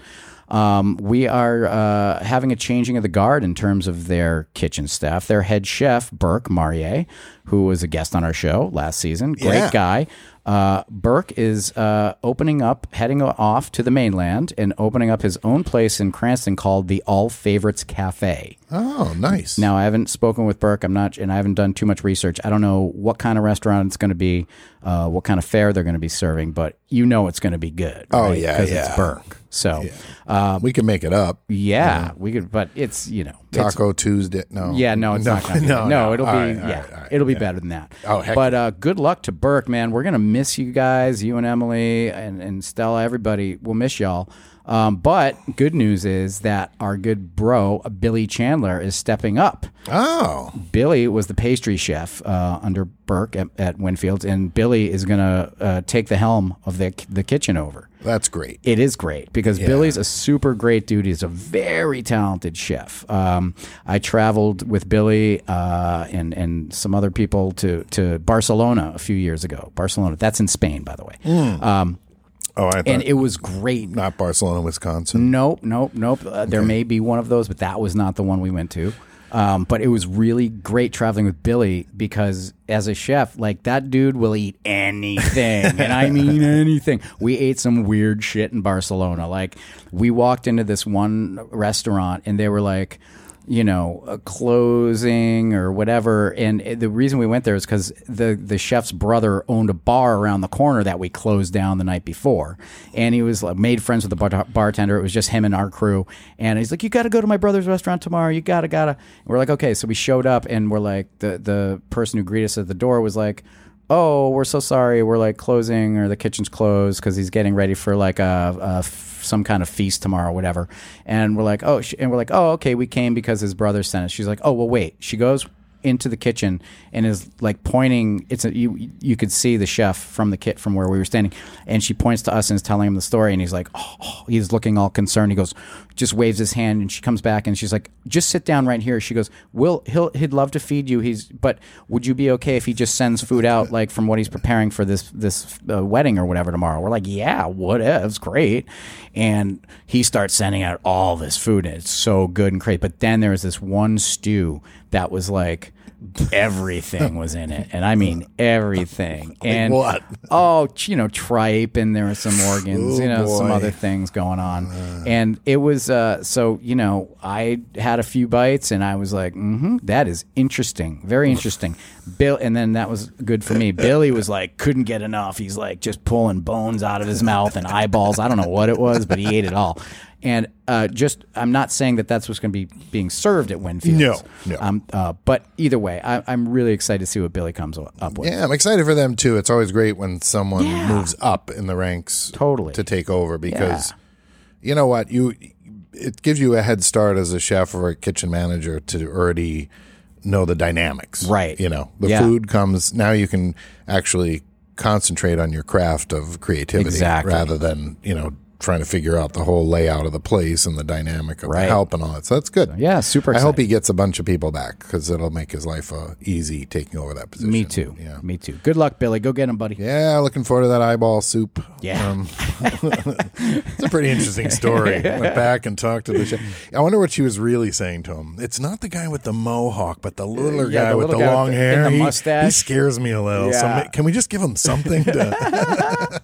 Speaker 2: Um, we are uh, having a changing of the guard in terms of their kitchen staff. Their head chef, Burke Marier, who was a guest on our show last season, great
Speaker 1: Yeah.
Speaker 2: guy. Uh, Burke is uh, opening up, heading off to the mainland, and opening up his own place in Cranston called the All Favorites Cafe.
Speaker 1: Oh, nice.
Speaker 2: Now, I haven't spoken with Burke. I'm not, and I haven't done too much research. I don't know what kind of restaurant it's going to be, uh, what kind of fare they're going to be serving, but you know it's going to be good.
Speaker 1: Oh, yeah,
Speaker 2: because
Speaker 1: yeah.
Speaker 2: it's Burke. So, yeah.
Speaker 1: we can make it up.
Speaker 2: we could, but it's you know, it's-
Speaker 1: Taco Tuesday. No.
Speaker 2: yeah, no, it's not. Gonna be, no, it'll be
Speaker 1: All right, all
Speaker 2: yeah,
Speaker 1: right, all right.
Speaker 2: it'll be better than that.
Speaker 1: Oh, heck
Speaker 2: but uh, good luck to Burke, man. We're gonna miss you guys, you and Emily and, and Stella. Everybody, we'll miss y'all. Um, but good news is that our good bro Billy Chandler is stepping up.
Speaker 1: Oh,
Speaker 2: Billy was the pastry chef uh, under Burke at, at Winfield's, and Billy is gonna uh, take the helm of the the kitchen over
Speaker 1: that's great.
Speaker 2: it is great because Billy's a super great dude. He's a very talented chef. Um, I traveled with Billy uh, and and some other people to to Barcelona a few years ago. Barcelona, that's in Spain, by the way,
Speaker 1: Oh, I thought
Speaker 2: and it was great.
Speaker 1: not Barcelona, Wisconsin.
Speaker 2: Nope, nope, nope. Uh, there may be one of those, but that was not the one we went to. Um, but it was really great traveling with Billy because as a chef, like that dude will eat anything. and I mean anything. We ate some weird shit in Barcelona. Like we walked into this one restaurant and they were like, you know, a closing or whatever. And it- the reason we went there is because the the chef's brother owned a bar around the corner that we closed down the night before, and he was like made friends with the bar- bartender. It was just him and our crew, and he's like, "You got to go to my brother's restaurant tomorrow. You gotta gotta." And we're like, "Okay." So we showed up, and we're like, the the person who greeted us at the door was like. Oh, we're so sorry. We're like closing, or the kitchen's closed because he's getting ready for like a, a f- some kind of feast tomorrow, whatever. And we're like, oh, sh- and we're like, oh, okay, we came because his brother sent us. She's like, oh, well, wait. She goes into the kitchen and is like pointing. It's a, you you could see the chef from the kit from where we were standing, and she points to us and is telling him the story. And he's like, oh, oh, he's looking all concerned. He goes, just waves his hand, and she comes back and she's like, just sit down right here. She goes, will he'll he'd love to feed you. He's but would you be okay if he just sends food out like from what he's preparing for this this uh, wedding or whatever tomorrow? We're like, yeah, whatevs, great. And he starts sending out all this food, and it's so good and great. But then there was this one stew that was like everything was in it, and I mean everything. and
Speaker 1: what?
Speaker 2: Oh, ch- you know, tripe, and there were some organs, you know, some
Speaker 1: Oh, boy.
Speaker 2: other things going on. And it was uh, so you know, I had a few bites, and I was like, mm-hmm, that is interesting, very interesting. Bill, and then that was good for me. Billy was like, couldn't get enough. He's like just pulling bones out of his mouth and eyeballs. I don't know what it was, but he ate it all. And uh, just, I'm not saying that that's what's going to be being served at Winfield.
Speaker 1: No, no.
Speaker 2: Um, uh, but either way, I, I'm really excited to see what Billy comes up with.
Speaker 1: Yeah, I'm excited for them too. It's always great when someone
Speaker 2: Yeah.
Speaker 1: moves up in the ranks
Speaker 2: Totally.
Speaker 1: to take over because you know what you it gives you a head start as a chef or a kitchen manager to already know the dynamics.
Speaker 2: Right.
Speaker 1: You know, the
Speaker 2: Yeah.
Speaker 1: food comes now you can actually concentrate on your craft of creativity
Speaker 2: Exactly.
Speaker 1: rather than, you know, trying to figure out the whole layout of the place and the dynamic of
Speaker 2: Right.
Speaker 1: the help and all that. So that's good.
Speaker 2: Yeah, super
Speaker 1: I
Speaker 2: excited.
Speaker 1: hope he gets a bunch of people back because it'll make his life uh, easy taking over that position.
Speaker 2: Me too.
Speaker 1: Yeah.
Speaker 2: Me too. Good luck, Billy. Go get him, buddy.
Speaker 1: Yeah, looking forward to that eyeball soup. Um,
Speaker 2: Yeah.
Speaker 1: it's a pretty interesting story. Went back and talked to the chef. I wonder what she was really saying to him. It's not the guy with the mohawk, but the littler
Speaker 2: Yeah,
Speaker 1: guy
Speaker 2: the
Speaker 1: with
Speaker 2: little
Speaker 1: the
Speaker 2: guy
Speaker 1: long
Speaker 2: with the-
Speaker 1: hair.
Speaker 2: and the
Speaker 1: He- He,
Speaker 2: mustache.
Speaker 1: scares me a little. So
Speaker 2: Yeah.
Speaker 1: ma- can we just give him something? To,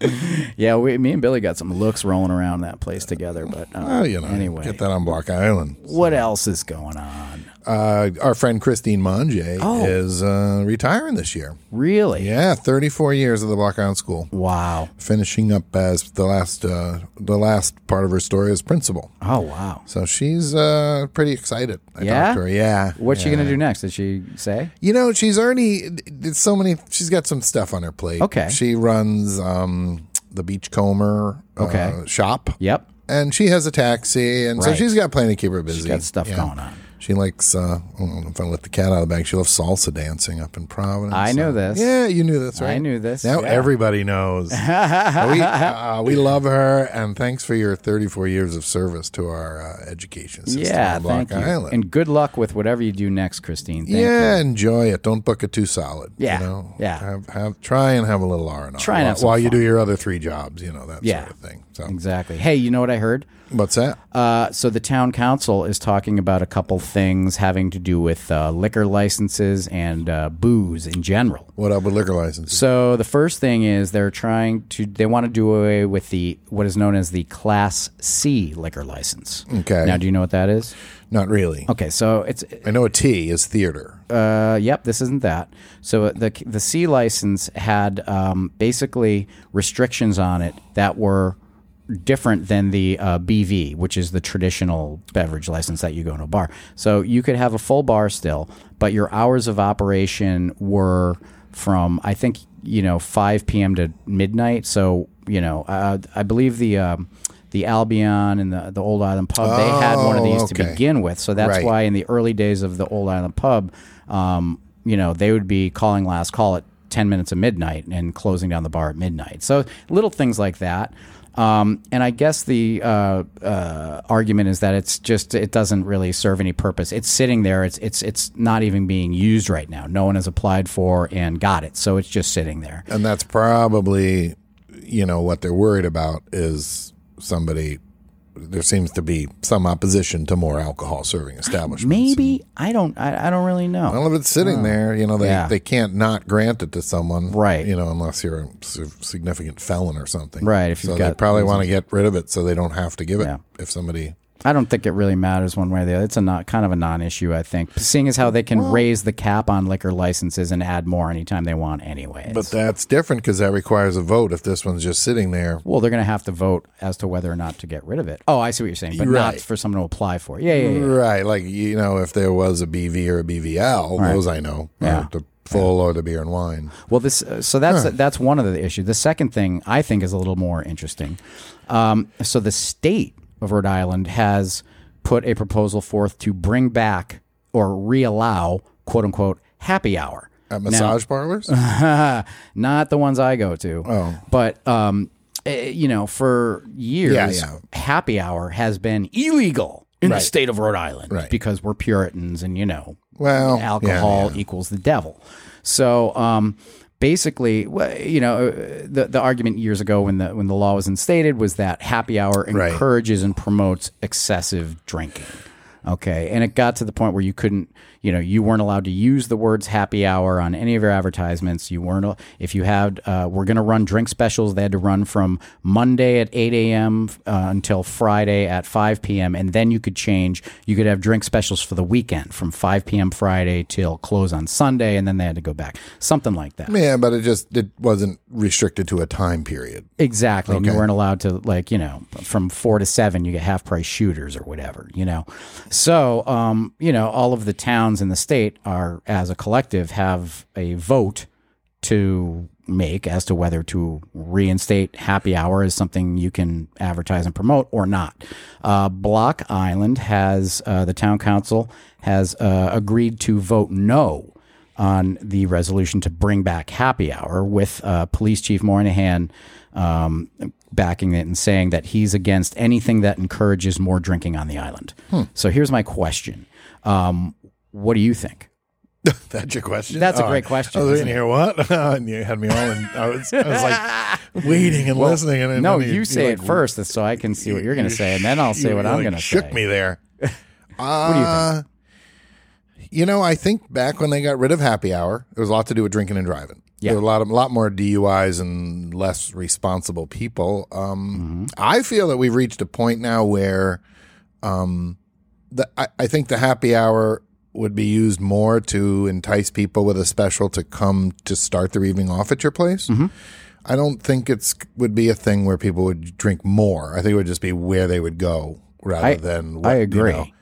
Speaker 2: Yeah, we, me and Billy got some looks rolling around that place together. But uh,
Speaker 1: oh, you know,
Speaker 2: anyway,
Speaker 1: get that on Block Island.
Speaker 2: what else is going on?
Speaker 1: Uh, our friend Christine Mange
Speaker 2: Oh.
Speaker 1: is uh, retiring this year.
Speaker 2: Really?
Speaker 1: Yeah, 34 years of the Block Island School.
Speaker 2: Wow.
Speaker 1: Finishing up as the last uh, the last part of her story as principal.
Speaker 2: Oh, wow.
Speaker 1: So she's uh, pretty excited. I
Speaker 2: Yeah?
Speaker 1: talked to her. Yeah.
Speaker 2: What's she
Speaker 1: Yeah.
Speaker 2: going to do next? Did she say?
Speaker 1: You know, she's already there's so many. She's got some stuff on her plate.
Speaker 2: Okay.
Speaker 1: She runs um, the Beachcomber uh,
Speaker 2: Okay.
Speaker 1: shop.
Speaker 2: Yep.
Speaker 1: And she has a taxi, and so
Speaker 2: Right.
Speaker 1: she's got plenty to keep her busy.
Speaker 2: She's got stuff
Speaker 1: Yeah.
Speaker 2: going on.
Speaker 1: She likes. Uh, I don't know if I let the cat out of the bag, she loves salsa dancing up in Providence.
Speaker 2: I know
Speaker 1: So-
Speaker 2: this.
Speaker 1: Yeah, you knew this, right?
Speaker 2: I knew this.
Speaker 1: Now
Speaker 2: Yeah.
Speaker 1: everybody knows. we, uh, we love her, and thanks for your 34 years of service to our uh, education system.
Speaker 2: Yeah,
Speaker 1: on Block
Speaker 2: thank you.
Speaker 1: Island.
Speaker 2: And good luck with whatever you do next, Christine. Thank
Speaker 1: yeah,
Speaker 2: You.
Speaker 1: enjoy it. Don't book it too solid.
Speaker 2: Yeah,
Speaker 1: you know?
Speaker 2: yeah.
Speaker 1: Have, have try and have a little R and R.
Speaker 2: Try and
Speaker 1: while,
Speaker 2: have some
Speaker 1: while you
Speaker 2: fun.
Speaker 1: do your other three jobs. You know that
Speaker 2: Yeah.
Speaker 1: sort of thing. So
Speaker 2: Exactly. Hey, you know what I heard?
Speaker 1: What's that?
Speaker 2: Uh, so the town council is talking about a couple things having to do with uh, liquor licenses and uh, booze in general.
Speaker 1: What up with liquor licenses?
Speaker 2: So the first thing is they're trying to they want to do away with the what is known as the Class C liquor license.
Speaker 1: Okay.
Speaker 2: Now, do you know what that is?
Speaker 1: Not really.
Speaker 2: Okay, so it's
Speaker 1: I know a T is theater.
Speaker 2: uh, yep, this isn't that. So uh, the the C license had um, basically restrictions on it that were different than the uh, BV, which is the traditional beverage license that you go in a bar. So you could have a full bar still, but your hours of operation were from I think you know 5 p.m. to midnight. So you know uh, I believe the um, the Albion and the the Old Island Pub they had one of
Speaker 1: Oh,
Speaker 2: these to
Speaker 1: okay.
Speaker 2: begin with. So that's
Speaker 1: Right.
Speaker 2: why in the early days of the Old Island Pub, um, you know, they would be calling last call at 10 minutes of midnight and closing down the bar at midnight. So little things like that. Um, and I guess the uh, uh, argument is that it's just it doesn't really serve any purpose. It's sitting there. It's it's it's not even being used right now. No one has applied for and got it, so it's just sitting there.
Speaker 1: And that's probably, you know, what they're worried about is somebody. There seems to be some opposition to more alcohol serving establishments.
Speaker 2: Maybe I don't I, I don't really know.
Speaker 1: Well, if it's sitting there, you know, they,
Speaker 2: Oh. Yeah.
Speaker 1: they can't not grant it to someone.
Speaker 2: Right.
Speaker 1: You know, unless you're a si- significant felon or something.
Speaker 2: Right, if
Speaker 1: so
Speaker 2: you've
Speaker 1: they
Speaker 2: got
Speaker 1: probably want to get rid of it so they don't have to give it
Speaker 2: Yeah.
Speaker 1: if somebody.
Speaker 2: I don't think it really matters one way or the other. It's a not, kind of a non-issue, I think, seeing as how they can raise the cap on liquor licenses and add more anytime they want, anyway.
Speaker 1: But that's different because that requires a vote. If this one's just sitting there,
Speaker 2: well, they're going to have to vote as to whether or not to get rid of it. Oh, I see what you're saying, but not
Speaker 1: Right. Mm.
Speaker 2: for someone to apply for. it. Yeah, yeah, yeah.
Speaker 1: Right. Like, you know, if there was a BV or a BVL, those I know.
Speaker 2: Yeah.
Speaker 1: Or the full or the beer and wine.
Speaker 2: Well, this uh, so that's that's one of the issues. The second thing I think is a little more interesting. Um, so the state of Rhode Island has put a proposal forth to bring back or reallow quote unquote happy hour.
Speaker 1: At massage parlors?
Speaker 2: not the ones I go to.
Speaker 1: Oh.
Speaker 2: but um, eh, you know, for years,
Speaker 1: Yeah, yeah.
Speaker 2: happy hour has been illegal in the
Speaker 1: Right.
Speaker 2: state of Rhode Island
Speaker 1: Right.
Speaker 2: because we're Puritans, and you know,
Speaker 1: Well,
Speaker 2: alcohol
Speaker 1: yeah,
Speaker 2: equals the devil. So um, basically, wh- you know, uh, the the argument years ago when the when the law was instated was that happy hour
Speaker 1: Right.
Speaker 2: encourages and promotes excessive drinking. Okay, and it got to the point where you couldn't, you know, you weren't allowed to use the words "happy hour" on any of your advertisements. You weren't al- if you had, uh, we're going to run drink specials. They had to run from Monday at eight a.m. Uh, until Friday at five p.m., and then you could change. You could have drink specials for the weekend from five p.m. Friday till close on Sunday, and then they had to go back. Something like that.
Speaker 1: yeah. Yeah, but it just it wasn't restricted to a time period.
Speaker 2: Exactly. And you weren't allowed to like, you know, from four to seven you get half price shooters or whatever, you know. So um, you know, all of the towns in the state are as a collective have a vote to make as to whether to reinstate happy hour as something you can advertise and promote or not. Uh, Block Island has uh, the town council has uh, agreed to vote no on the resolution to bring back happy hour with uh, Police Chief Moynihan um, backing it and saying that he's against anything that encourages more drinking on the island. So here's my question um, What do you think?
Speaker 1: That's your question.
Speaker 2: That's a
Speaker 1: Oh,
Speaker 2: great question,
Speaker 1: I was
Speaker 2: isn't
Speaker 1: waiting here. What? and you had me all. In, I was, I was like waiting and listening. And then
Speaker 2: No,
Speaker 1: then
Speaker 2: you say
Speaker 1: like,
Speaker 2: it first so I can see what you're going to say, and then I'll say
Speaker 1: you,
Speaker 2: what
Speaker 1: you,
Speaker 2: I'm
Speaker 1: like,
Speaker 2: going to say.
Speaker 1: shook me there. Uh, you know, I think back when they got rid of happy hour, it was a lot to do with drinking and driving.
Speaker 2: Yeah.
Speaker 1: There were a lot of lot more DUIs and less responsible people.
Speaker 2: Mm-hmm.
Speaker 1: Um, I feel that we've reached a point now where um, the I, I think the happy hour would be used more to entice people with a special to come to start their evening off at your place.
Speaker 2: Mm-hmm.
Speaker 1: I don't think it's would be a thing where people would drink more. I think it would just be where they would go rather
Speaker 2: I-
Speaker 1: than.
Speaker 2: I agree.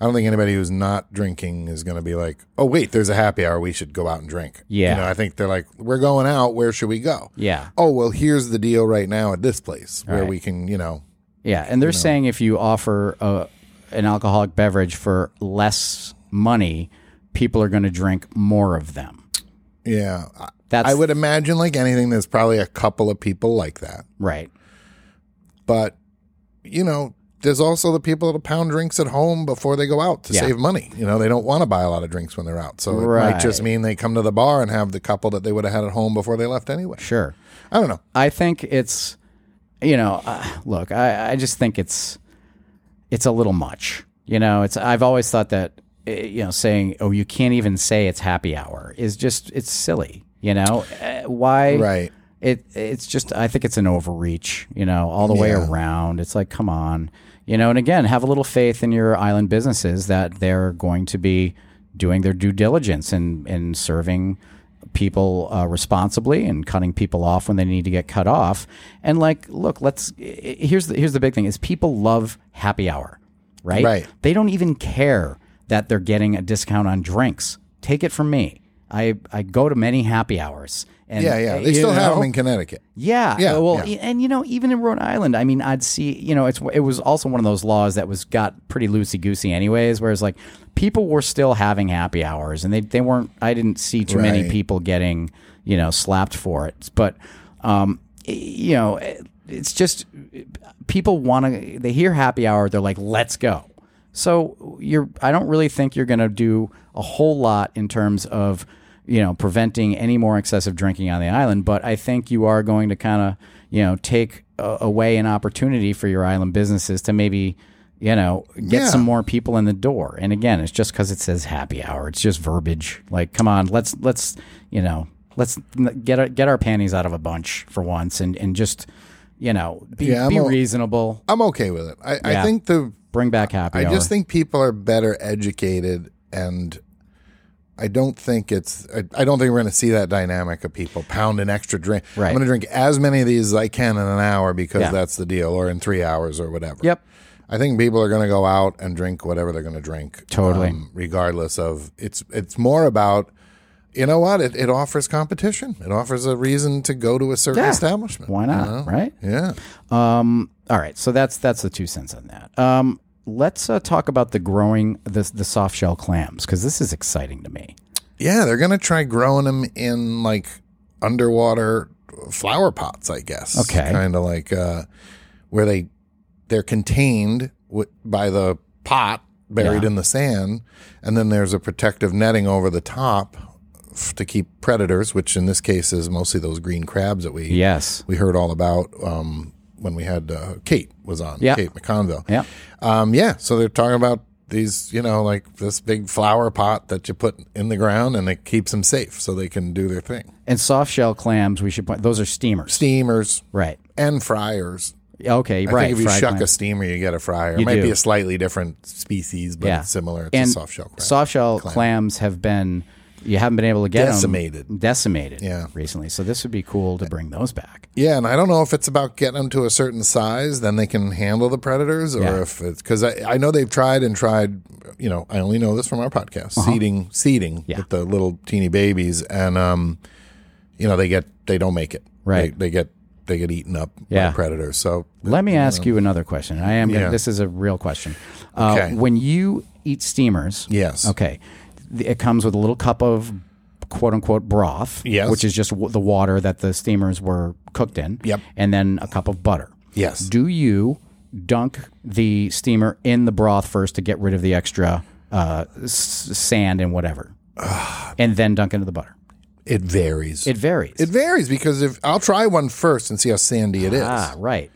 Speaker 1: I don't think anybody who's not drinking is going to be like, "Oh, wait, there's a happy hour. We should go out and drink." you
Speaker 2: Yeah.
Speaker 1: know, I think they're like, "We're going out. Where should we go?"
Speaker 2: Yeah.
Speaker 1: Oh well, here's the deal right now at this place where
Speaker 2: Right.
Speaker 1: we can, you know,
Speaker 2: Yeah, and they're saying if you offer a, an alcoholic beverage for less money, people are going to drink more of them.
Speaker 1: yeah. I-
Speaker 2: That's
Speaker 1: I would imagine like anything, there's probably a couple of people like that,
Speaker 2: right.
Speaker 1: but you know. There's also the people that'll pound drinks at home before they go out to
Speaker 2: Yeah.
Speaker 1: save money. You know, they don't want to buy a lot of drinks when they're out. So it might just
Speaker 2: Right.
Speaker 1: mean they come to the bar and have the couple that they would have had at home before they left anyway.
Speaker 2: Sure.
Speaker 1: I don't know.
Speaker 2: I think it's, you know, uh, look, I, I just think it's, it's a little much. You know, it's I've always thought that eh, you know saying oh you can't even say it's happy hour is just it's silly. You know Eh, why?
Speaker 1: Right.
Speaker 2: It it's just I think it's an overreach. You know, all the way
Speaker 1: Yeah.
Speaker 2: around. It's like come on. You know, and again, have a little faith in your island businesses that they're going to be doing their due diligence and and serving people uh, responsibly and cutting people off when they need to get cut off. And like, look, let's eh, here's the here's the big thing is people love happy hour right?
Speaker 1: Right.
Speaker 2: They don't even care that they're getting a discount on drinks. Take it from me. I, I go to many happy hours. And,
Speaker 1: Yeah, yeah. They
Speaker 2: you
Speaker 1: still have
Speaker 2: know?
Speaker 1: them in Connecticut.
Speaker 2: Yeah.
Speaker 1: Yeah,
Speaker 2: uh, Well,
Speaker 1: yeah.
Speaker 2: e- and you know, even in Rhode Island, I mean, I'd see, you know, it's it was also one of those laws that was got pretty loosey goosey, anyways. Whereas, like, people were still having happy hours, and they they weren't. I didn't see too many
Speaker 1: Right.
Speaker 2: people getting, you know, slapped for it. But, um, y- you know, it- it's just people want to. They hear happy hour, they're like, let's go. So you're. I don't really think you're going to do a whole lot in terms of you know, preventing any more excessive drinking on the island. But I think you are going to kind of, you know, take a- away an opportunity for your island businesses to maybe, you know, get
Speaker 1: Yeah.
Speaker 2: some more people in the door. And again, it's just because it says happy hour. It's just verbiage. Like, come on, let's let's you know, let's n- get our, get our panties out of a bunch for once, and and just you know, be,
Speaker 1: Yeah, I'm
Speaker 2: be
Speaker 1: all-
Speaker 2: reasonable.
Speaker 1: I'm okay with it. I, I
Speaker 2: Yeah.
Speaker 1: think the
Speaker 2: Bring back happy
Speaker 1: I
Speaker 2: hour.
Speaker 1: just think people are better educated and I don't think it's I, I don't think we're going to see that dynamic of people pounding extra drink.
Speaker 2: Right.
Speaker 1: I'm going to drink as many of these as I can in an hour because
Speaker 2: Yeah.
Speaker 1: that's the deal or in 3 hours or whatever.
Speaker 2: Yep.
Speaker 1: I think people are going to go out and drink whatever they're going to drink. um,
Speaker 2: Totally.
Speaker 1: regardless of it's it's more about you know what it, it offers competition. It offers a reason to go to a certain
Speaker 2: Yeah.
Speaker 1: establishment.
Speaker 2: Why not? Right.
Speaker 1: Yeah.
Speaker 2: Um, Uh-huh. all right, so that's that's the two cents on that. Um, let's uh, talk about the growing the the soft shell clams because this is exciting to me.
Speaker 1: Yeah, they're gonna try growing them in like underwater flower pots, I guess.
Speaker 2: Okay.
Speaker 1: kind of like uh, where they they're contained w- by the pot buried
Speaker 2: Yeah.
Speaker 1: in the sand, and then there's a protective netting over the top f- to keep predators, which in this case is mostly those green crabs that we
Speaker 2: Yes.
Speaker 1: we heard all about um, when we had uh, Kate was on
Speaker 2: Yeah.
Speaker 1: Kate McConville.
Speaker 2: Yeah.
Speaker 1: Um, yeah. So they're talking about these, you know, like this big flower pot that you put in the ground and it keeps them safe so they can do their thing.
Speaker 2: And soft shell clams, we should point those are steamers.
Speaker 1: Steamers
Speaker 2: Right.
Speaker 1: and fryers.
Speaker 2: Okay,
Speaker 1: I
Speaker 2: right.
Speaker 1: think if you
Speaker 2: fried
Speaker 1: shuck
Speaker 2: clams.
Speaker 1: a steamer, you get a fryer. it might
Speaker 2: do.
Speaker 1: be a slightly different species, but
Speaker 2: Yeah.
Speaker 1: it's similar. It's
Speaker 2: And
Speaker 1: a soft shell crab.
Speaker 2: soft shell clams have been you haven't been able to get 'em
Speaker 1: Decimated.
Speaker 2: decimated
Speaker 1: Yeah.
Speaker 2: recently. So this would be cool to bring those back.
Speaker 1: Yeah, and I don't know if it's about getting them to a certain size, then they can handle the predators, or
Speaker 2: Yeah.
Speaker 1: if it's because I, I know they've tried and tried. You know, I only know this from our podcast: seeding, seeding
Speaker 2: Uh-huh. Yeah.
Speaker 1: with the little teeny babies, and um, you know they get they don't make it.
Speaker 2: Right.
Speaker 1: they, they get they get eaten up
Speaker 2: Yeah.
Speaker 1: by predators. So
Speaker 2: Let me ask you another question. I am. Gonna,
Speaker 1: Um, Yeah.
Speaker 2: This is a real question. Uh,
Speaker 1: Okay.
Speaker 2: When you eat steamers,
Speaker 1: Yes.
Speaker 2: Okay, th- it comes with a little cup of quote unquote broth,
Speaker 1: Yes.
Speaker 2: which is just w- the water that the steamers were cooked in.
Speaker 1: Yep.
Speaker 2: And then a cup of butter.
Speaker 1: Yes.
Speaker 2: Do you dunk the steamer in the broth first to get rid of the extra uh, s- sand and whatever, and then dunk into the butter?
Speaker 1: it varies.
Speaker 2: It varies.
Speaker 1: It varies because if I'll try one first and see how sandy it is,
Speaker 2: ah, right.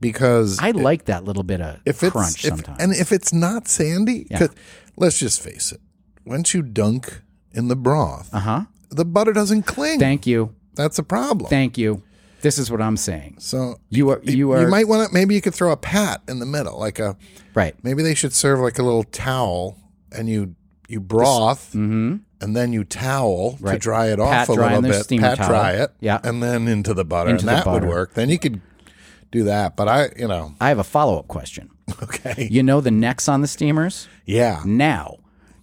Speaker 1: because
Speaker 2: I like that little bit of
Speaker 1: if it's
Speaker 2: crunch
Speaker 1: if-
Speaker 2: sometimes.
Speaker 1: and if it's not sandy, 'cause let's just face it. Once you dunk in the broth, uh-huh. the butter doesn't cling.
Speaker 2: Thank you.
Speaker 1: That's a problem.
Speaker 2: Thank you. This is what I'm saying.
Speaker 1: so
Speaker 2: You are you
Speaker 1: you,
Speaker 2: are
Speaker 1: might want to maybe you could throw a pat in the middle, like a
Speaker 2: right.
Speaker 1: maybe they should serve like a little towel and you you broth and then you towel to
Speaker 2: Mm-hmm. Right.
Speaker 1: dry it off
Speaker 2: Pat
Speaker 1: a
Speaker 2: dry
Speaker 1: little
Speaker 2: in the
Speaker 1: bit.
Speaker 2: steamer
Speaker 1: pat
Speaker 2: towel.
Speaker 1: dry it,
Speaker 2: Yeah.
Speaker 1: and then into the butter,
Speaker 2: Into
Speaker 1: and
Speaker 2: the
Speaker 1: that would
Speaker 2: butter.
Speaker 1: work. Then you could do that. But I, you know,
Speaker 2: I have a follow up question.
Speaker 1: okay,
Speaker 2: You know the necks on the steamers?
Speaker 1: yeah,
Speaker 2: Now,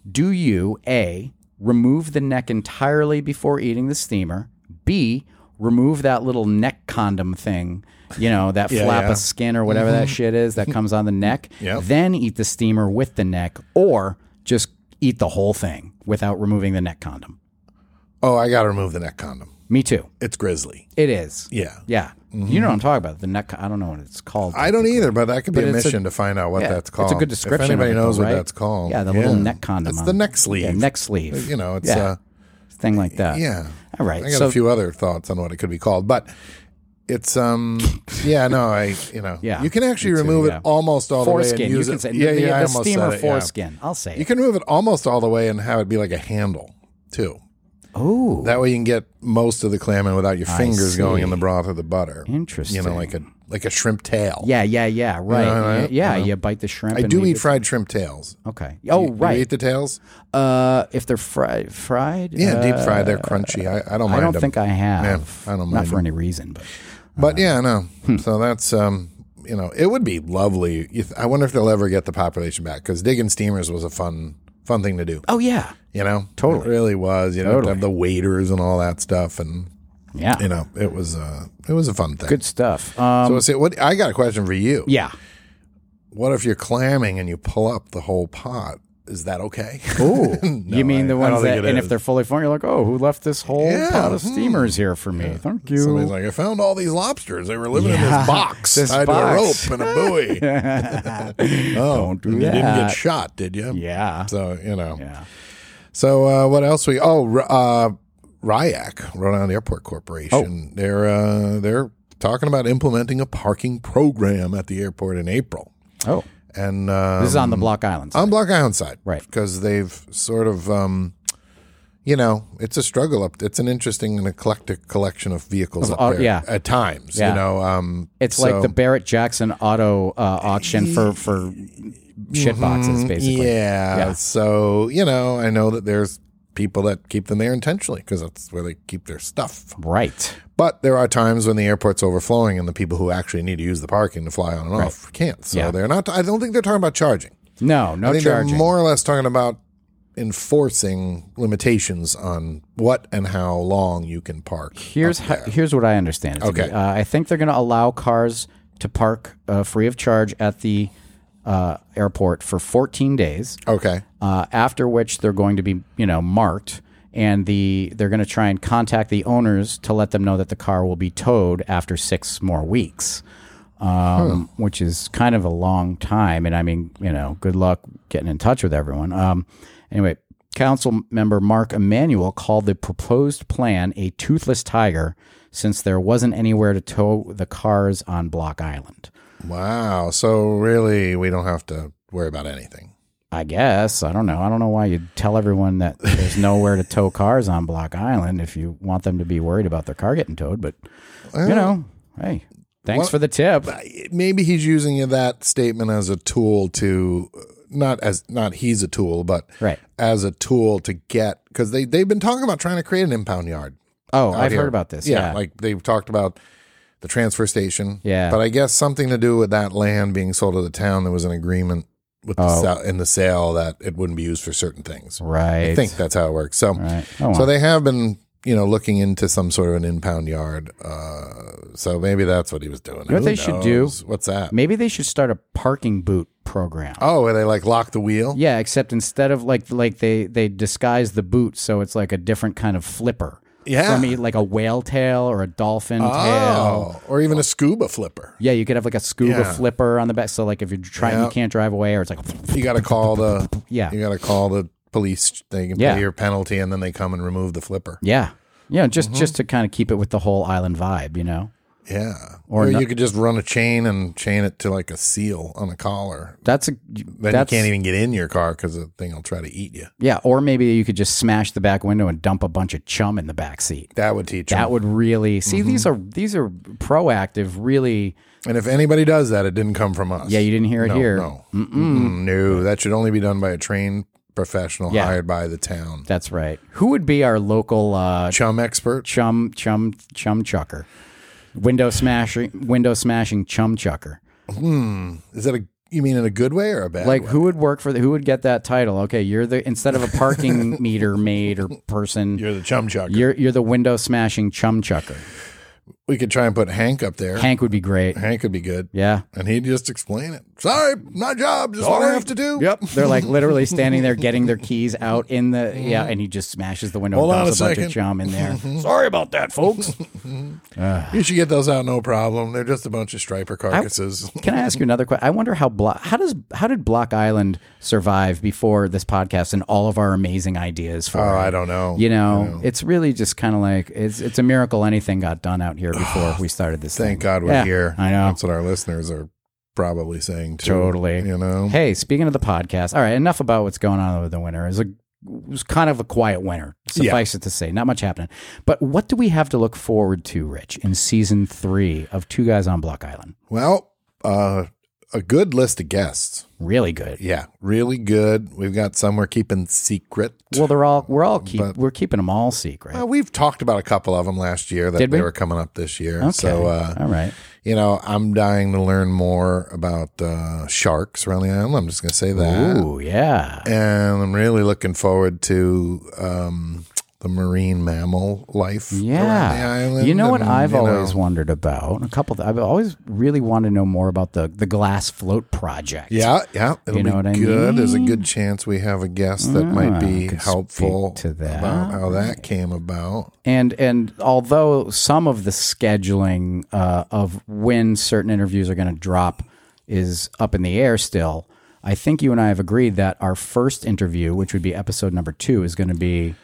Speaker 2: do you A, remove the neck entirely before eating the steamer? B, remove that little neck condom thing, you know, that
Speaker 1: Yeah,
Speaker 2: flap
Speaker 1: yeah. Mm-hmm.
Speaker 2: of skin or whatever that shit is that comes on the neck.
Speaker 1: Yep.
Speaker 2: Then eat the steamer with the neck or just eat the whole thing without removing the neck condom.
Speaker 1: oh, I got to remove the neck condom.
Speaker 2: Me too.
Speaker 1: It's grizzly.
Speaker 2: It is.
Speaker 1: Yeah.
Speaker 2: Yeah. You know what I'm talking about. The neck, I don't know what it's called.
Speaker 1: I don't either, but that could be
Speaker 2: But
Speaker 1: a
Speaker 2: it's a-
Speaker 1: mission to find out what
Speaker 2: Yeah,
Speaker 1: that's called.
Speaker 2: It's a good description.
Speaker 1: If anybody
Speaker 2: of it,
Speaker 1: knows
Speaker 2: though,
Speaker 1: what
Speaker 2: right?
Speaker 1: that's called,
Speaker 2: Yeah, the little neck condom.
Speaker 1: It's
Speaker 2: on
Speaker 1: the
Speaker 2: it.
Speaker 1: neck sleeve.
Speaker 2: Yeah, neck sleeve.
Speaker 1: You know, it's
Speaker 2: yeah,
Speaker 1: uh,
Speaker 2: thing like that.
Speaker 1: yeah.
Speaker 2: All right.
Speaker 1: I got
Speaker 2: so
Speaker 1: a few other thoughts on what it could be called, but It's um yeah no I you know
Speaker 2: Yeah,
Speaker 1: you can actually
Speaker 2: me too,
Speaker 1: remove
Speaker 2: yeah.
Speaker 1: it almost all the way
Speaker 2: Foreskin.
Speaker 1: and
Speaker 2: You
Speaker 1: use
Speaker 2: can
Speaker 1: it
Speaker 2: say
Speaker 1: yeah
Speaker 2: the,
Speaker 1: yeah I
Speaker 2: the
Speaker 1: almost
Speaker 2: steamer
Speaker 1: said it, yeah.
Speaker 2: foreskin. I'll say
Speaker 1: you
Speaker 2: it.
Speaker 1: can remove it almost all the way and have it be like a handle too
Speaker 2: Oh,
Speaker 1: that way you can get most of the clam in without your fingers going in
Speaker 2: see.
Speaker 1: the broth or the butter
Speaker 2: Interesting.
Speaker 1: you know like a like a shrimp tail
Speaker 2: yeah, yeah, yeah. Right.
Speaker 1: know, I-
Speaker 2: yeah, you bite the shrimp.
Speaker 1: I
Speaker 2: and
Speaker 1: do
Speaker 2: leave
Speaker 1: eat
Speaker 2: it-
Speaker 1: fried shrimp tails
Speaker 2: Okay. Oh,
Speaker 1: You-
Speaker 2: right.
Speaker 1: you eat the tails
Speaker 2: uh, if they're fried, fried.
Speaker 1: yeah
Speaker 2: uh,
Speaker 1: deep fried they're crunchy I, I don't
Speaker 2: I
Speaker 1: mind
Speaker 2: don't
Speaker 1: 'em.
Speaker 2: think I have.
Speaker 1: Yeah, I don't
Speaker 2: Not
Speaker 1: mind
Speaker 2: for any reason, but
Speaker 1: But yeah, no.
Speaker 2: Hmm.
Speaker 1: So that's um, you know, it would be lovely. If, I wonder if they'll ever get the population back because digging steamers was a fun, fun thing to do.
Speaker 2: oh yeah,
Speaker 1: You know, totally, it really was. You know, to have the waiters and all that stuff, and
Speaker 2: yeah,
Speaker 1: you know, it was uh, it was a fun thing.
Speaker 2: good stuff. Um,
Speaker 1: So let's see, what I got a question for you.
Speaker 2: yeah.
Speaker 1: What if you're clamming and you pull up the whole pot? Is that okay?
Speaker 2: Ooh,
Speaker 1: No,
Speaker 2: you mean
Speaker 1: I-
Speaker 2: the
Speaker 1: I
Speaker 2: ones
Speaker 1: don't think
Speaker 2: that,
Speaker 1: it
Speaker 2: and if
Speaker 1: is.
Speaker 2: they're fully formed, you're like, oh, who left this whole
Speaker 1: Yeah,
Speaker 2: pot of
Speaker 1: hmm.
Speaker 2: steamers here for me? Thank you.
Speaker 1: Somebody's like, I found all these lobsters. They were living in
Speaker 2: Yeah,
Speaker 1: this box
Speaker 2: this
Speaker 1: tied
Speaker 2: box.
Speaker 1: to a rope and a buoy. oh,
Speaker 2: Don't do
Speaker 1: and you didn't
Speaker 2: that.
Speaker 1: get shot, did you?
Speaker 2: yeah,
Speaker 1: So you know.
Speaker 2: yeah.
Speaker 1: So uh, what else we? Oh, R- uh, RIAC, Rhode Island Airport
Speaker 2: Oh.
Speaker 1: Corporation. They're uh, they're talking about implementing a parking program at the airport in April,
Speaker 2: Oh,
Speaker 1: and um,
Speaker 2: this is on the Block Islands.
Speaker 1: on Block Island side,
Speaker 2: Right.
Speaker 1: Because they've sort of, um, you know, it's a struggle up. It's an interesting and eclectic collection of vehicles up
Speaker 2: au-
Speaker 1: there
Speaker 2: uh, yeah.
Speaker 1: at times.
Speaker 2: Yeah.
Speaker 1: You know, um,
Speaker 2: It's
Speaker 1: so-
Speaker 2: like the Barrett Jackson auto uh, auction for for shit boxes, basically.
Speaker 1: mm-hmm, mm, Yeah.
Speaker 2: Yeah.
Speaker 1: So, you know, I know that there's people that keep them there intentionally because that's where they keep their stuff.
Speaker 2: Right.
Speaker 1: But there are times when the airport's overflowing and the people who actually need to use the parking to fly on and off can't. So
Speaker 2: Yeah.
Speaker 1: they're not, I don't think they're talking about charging.
Speaker 2: No, no
Speaker 1: I think
Speaker 2: charging.
Speaker 1: they're more or less talking about enforcing limitations on what and how long you can park.
Speaker 2: here's how, here's what I understand. It to be.
Speaker 1: Okay.
Speaker 2: Uh, I think they're going to allow cars to park uh, free of charge at the uh, airport for 14 days.
Speaker 1: Okay.
Speaker 2: uh, after which they're going to be you know marked and the they're going to try and contact the owners to let them know that the car will be towed after six more weeks um, which is kind of a long time and i mean you know good luck getting in touch with everyone um, anyway council member mark emanuel called the proposed plan a toothless tiger since there wasn't anywhere to tow the cars on block island
Speaker 1: Wow. So really, we don't have to worry about anything.
Speaker 2: I guess. I don't know. I don't know why you tell everyone that there's nowhere to tow cars on Block Island if you want them to be worried about their car getting towed. But, you know, hey, thanks for the tip.
Speaker 1: maybe he's using that statement as a tool to uh, not as not he's a tool, but
Speaker 2: Right.
Speaker 1: as a tool to get because they they've been talking about trying to create an impound yard.
Speaker 2: Oh, I've
Speaker 1: here.
Speaker 2: heard about this. Yeah.
Speaker 1: like they've talked about the transfer station.
Speaker 2: Yeah.
Speaker 1: but I guess something to do with that land being sold to the town. There was an agreement with the
Speaker 2: Oh.
Speaker 1: sale, in the sale that it wouldn't be used for certain things.
Speaker 2: right.
Speaker 1: I think that's how it works. So,
Speaker 2: Right.
Speaker 1: so
Speaker 2: Oh, well.
Speaker 1: they have been. You know, looking into some sort of an impound yard. Uh, so maybe that's what he was doing. You
Speaker 2: know what they should do?
Speaker 1: What's that?
Speaker 2: Maybe they should start a parking boot program.
Speaker 1: Oh, where they like lock the wheel?
Speaker 2: Yeah, except instead of like like they they disguise the boot so it's like a different kind of flipper.
Speaker 1: Yeah.
Speaker 2: From e- like a whale tail or a dolphin tail.
Speaker 1: Oh, or even a scuba flipper.
Speaker 2: Yeah, you could have like a scuba
Speaker 1: Yeah.
Speaker 2: flipper on the back. So like if you're trying,
Speaker 1: Yeah.
Speaker 2: you can't drive away, or it's like
Speaker 1: You got to call the
Speaker 2: Yeah.
Speaker 1: You got to call the police. They can
Speaker 2: Yeah.
Speaker 1: pay your penalty, and then they come and remove the flipper.
Speaker 2: Yeah. Yeah, just
Speaker 1: Mm-hmm.
Speaker 2: just to kind of keep it with the whole island vibe, you know.
Speaker 1: Yeah. Or,
Speaker 2: no-
Speaker 1: you could just run a chain and chain it to like a seal on a collar.
Speaker 2: That's a
Speaker 1: Then
Speaker 2: that's,
Speaker 1: you can't e-, even get in your car because the thing will try to eat you.
Speaker 2: Yeah, or maybe you could just smash the back window and dump a bunch of chum in the back seat.
Speaker 1: That would teach
Speaker 2: That
Speaker 1: them.
Speaker 2: would really see these
Speaker 1: Mm-hmm.
Speaker 2: are these are proactive. Really,
Speaker 1: and if anybody does that, it didn't come from us.
Speaker 2: yeah, you didn't hear it
Speaker 1: no,
Speaker 2: here.
Speaker 1: No, Mm-mm. no, that should only be done by a trained professional
Speaker 2: Yeah.
Speaker 1: hired by the town.
Speaker 2: That's right. Who would be our local uh,
Speaker 1: Chum expert.
Speaker 2: chum chum chum chucker, window smashing window smashing chum chucker?
Speaker 1: Is that a you mean in a good way or a bad?
Speaker 2: Like
Speaker 1: way?
Speaker 2: who would work for the, who would get that title? Okay, you're the instead of a parking meter maid or person,
Speaker 1: you're the chum chucker.
Speaker 2: you're you're the window smashing chum chucker.
Speaker 1: We could try and put Hank up there. Hank,
Speaker 2: Hank would be great.
Speaker 1: would be good.
Speaker 2: Yeah.
Speaker 1: And he'd just explain it. Sorry, my job. Just what I have to do.
Speaker 2: Yep. They're like literally standing there getting their keys out in the yeah, and he just smashes the window
Speaker 1: Hold
Speaker 2: and
Speaker 1: on
Speaker 2: dumps
Speaker 1: a
Speaker 2: a, bunch of
Speaker 1: second. Mm-hmm.
Speaker 2: chum in there. Sorry about that, folks.
Speaker 1: You should get those out, no problem. They're just a bunch of striper carcasses.
Speaker 2: Can I ask you another question? I wonder how block how does how did Block Island survive before this podcast and all of our amazing ideas for
Speaker 1: oh,
Speaker 2: it?
Speaker 1: I don't know.
Speaker 2: You know, it's really just kind of like it's it's a miracle anything got done out here before we started this
Speaker 1: Thank
Speaker 2: thing.
Speaker 1: God we're
Speaker 2: Yeah,
Speaker 1: here.
Speaker 2: I know.
Speaker 1: That's what our listeners are probably saying too.
Speaker 2: Totally.
Speaker 1: You know?
Speaker 2: Hey, speaking of the podcast, all right, enough about what's going on with the winter. It was, a, it was kind of a quiet winter, suffice it to say. Not much happening. But what do we have to look forward to, Rich, in season three of Two Guys on Block Island?
Speaker 1: Well, uh, a good list of guests.
Speaker 2: Really good.
Speaker 1: Yeah, really good. We've got some we're keeping secret.
Speaker 2: Well, they're all we're all keep
Speaker 1: But-
Speaker 2: we're keeping them all secret.
Speaker 1: Uh, we've talked about a couple of them last year that
Speaker 2: Did
Speaker 1: they
Speaker 2: we?
Speaker 1: were coming up this year.
Speaker 2: okay.
Speaker 1: So, uh,
Speaker 2: all right.
Speaker 1: you know, I'm dying to learn more about uh, sharks around the island. I'm just going to say that.
Speaker 2: Ooh, yeah.
Speaker 1: And I'm really looking forward to um, the marine mammal life around the
Speaker 2: Yeah.
Speaker 1: island.
Speaker 2: You know what
Speaker 1: and,
Speaker 2: I've
Speaker 1: you know,
Speaker 2: always wondered about? A couple th- I've always really wanted to know more about the the glass float project.
Speaker 1: Yeah, yeah. It'll
Speaker 2: know
Speaker 1: be
Speaker 2: what I
Speaker 1: good. There's a
Speaker 2: mean? Ah,
Speaker 1: good chance we have a guest that might be
Speaker 2: could
Speaker 1: helpful
Speaker 2: speak to that.
Speaker 1: about how that came about.
Speaker 2: and and although some of the scheduling uh, of when certain interviews are going to drop is up in the air still, I think you and I have agreed that our first interview, which would be episode number two, is going to be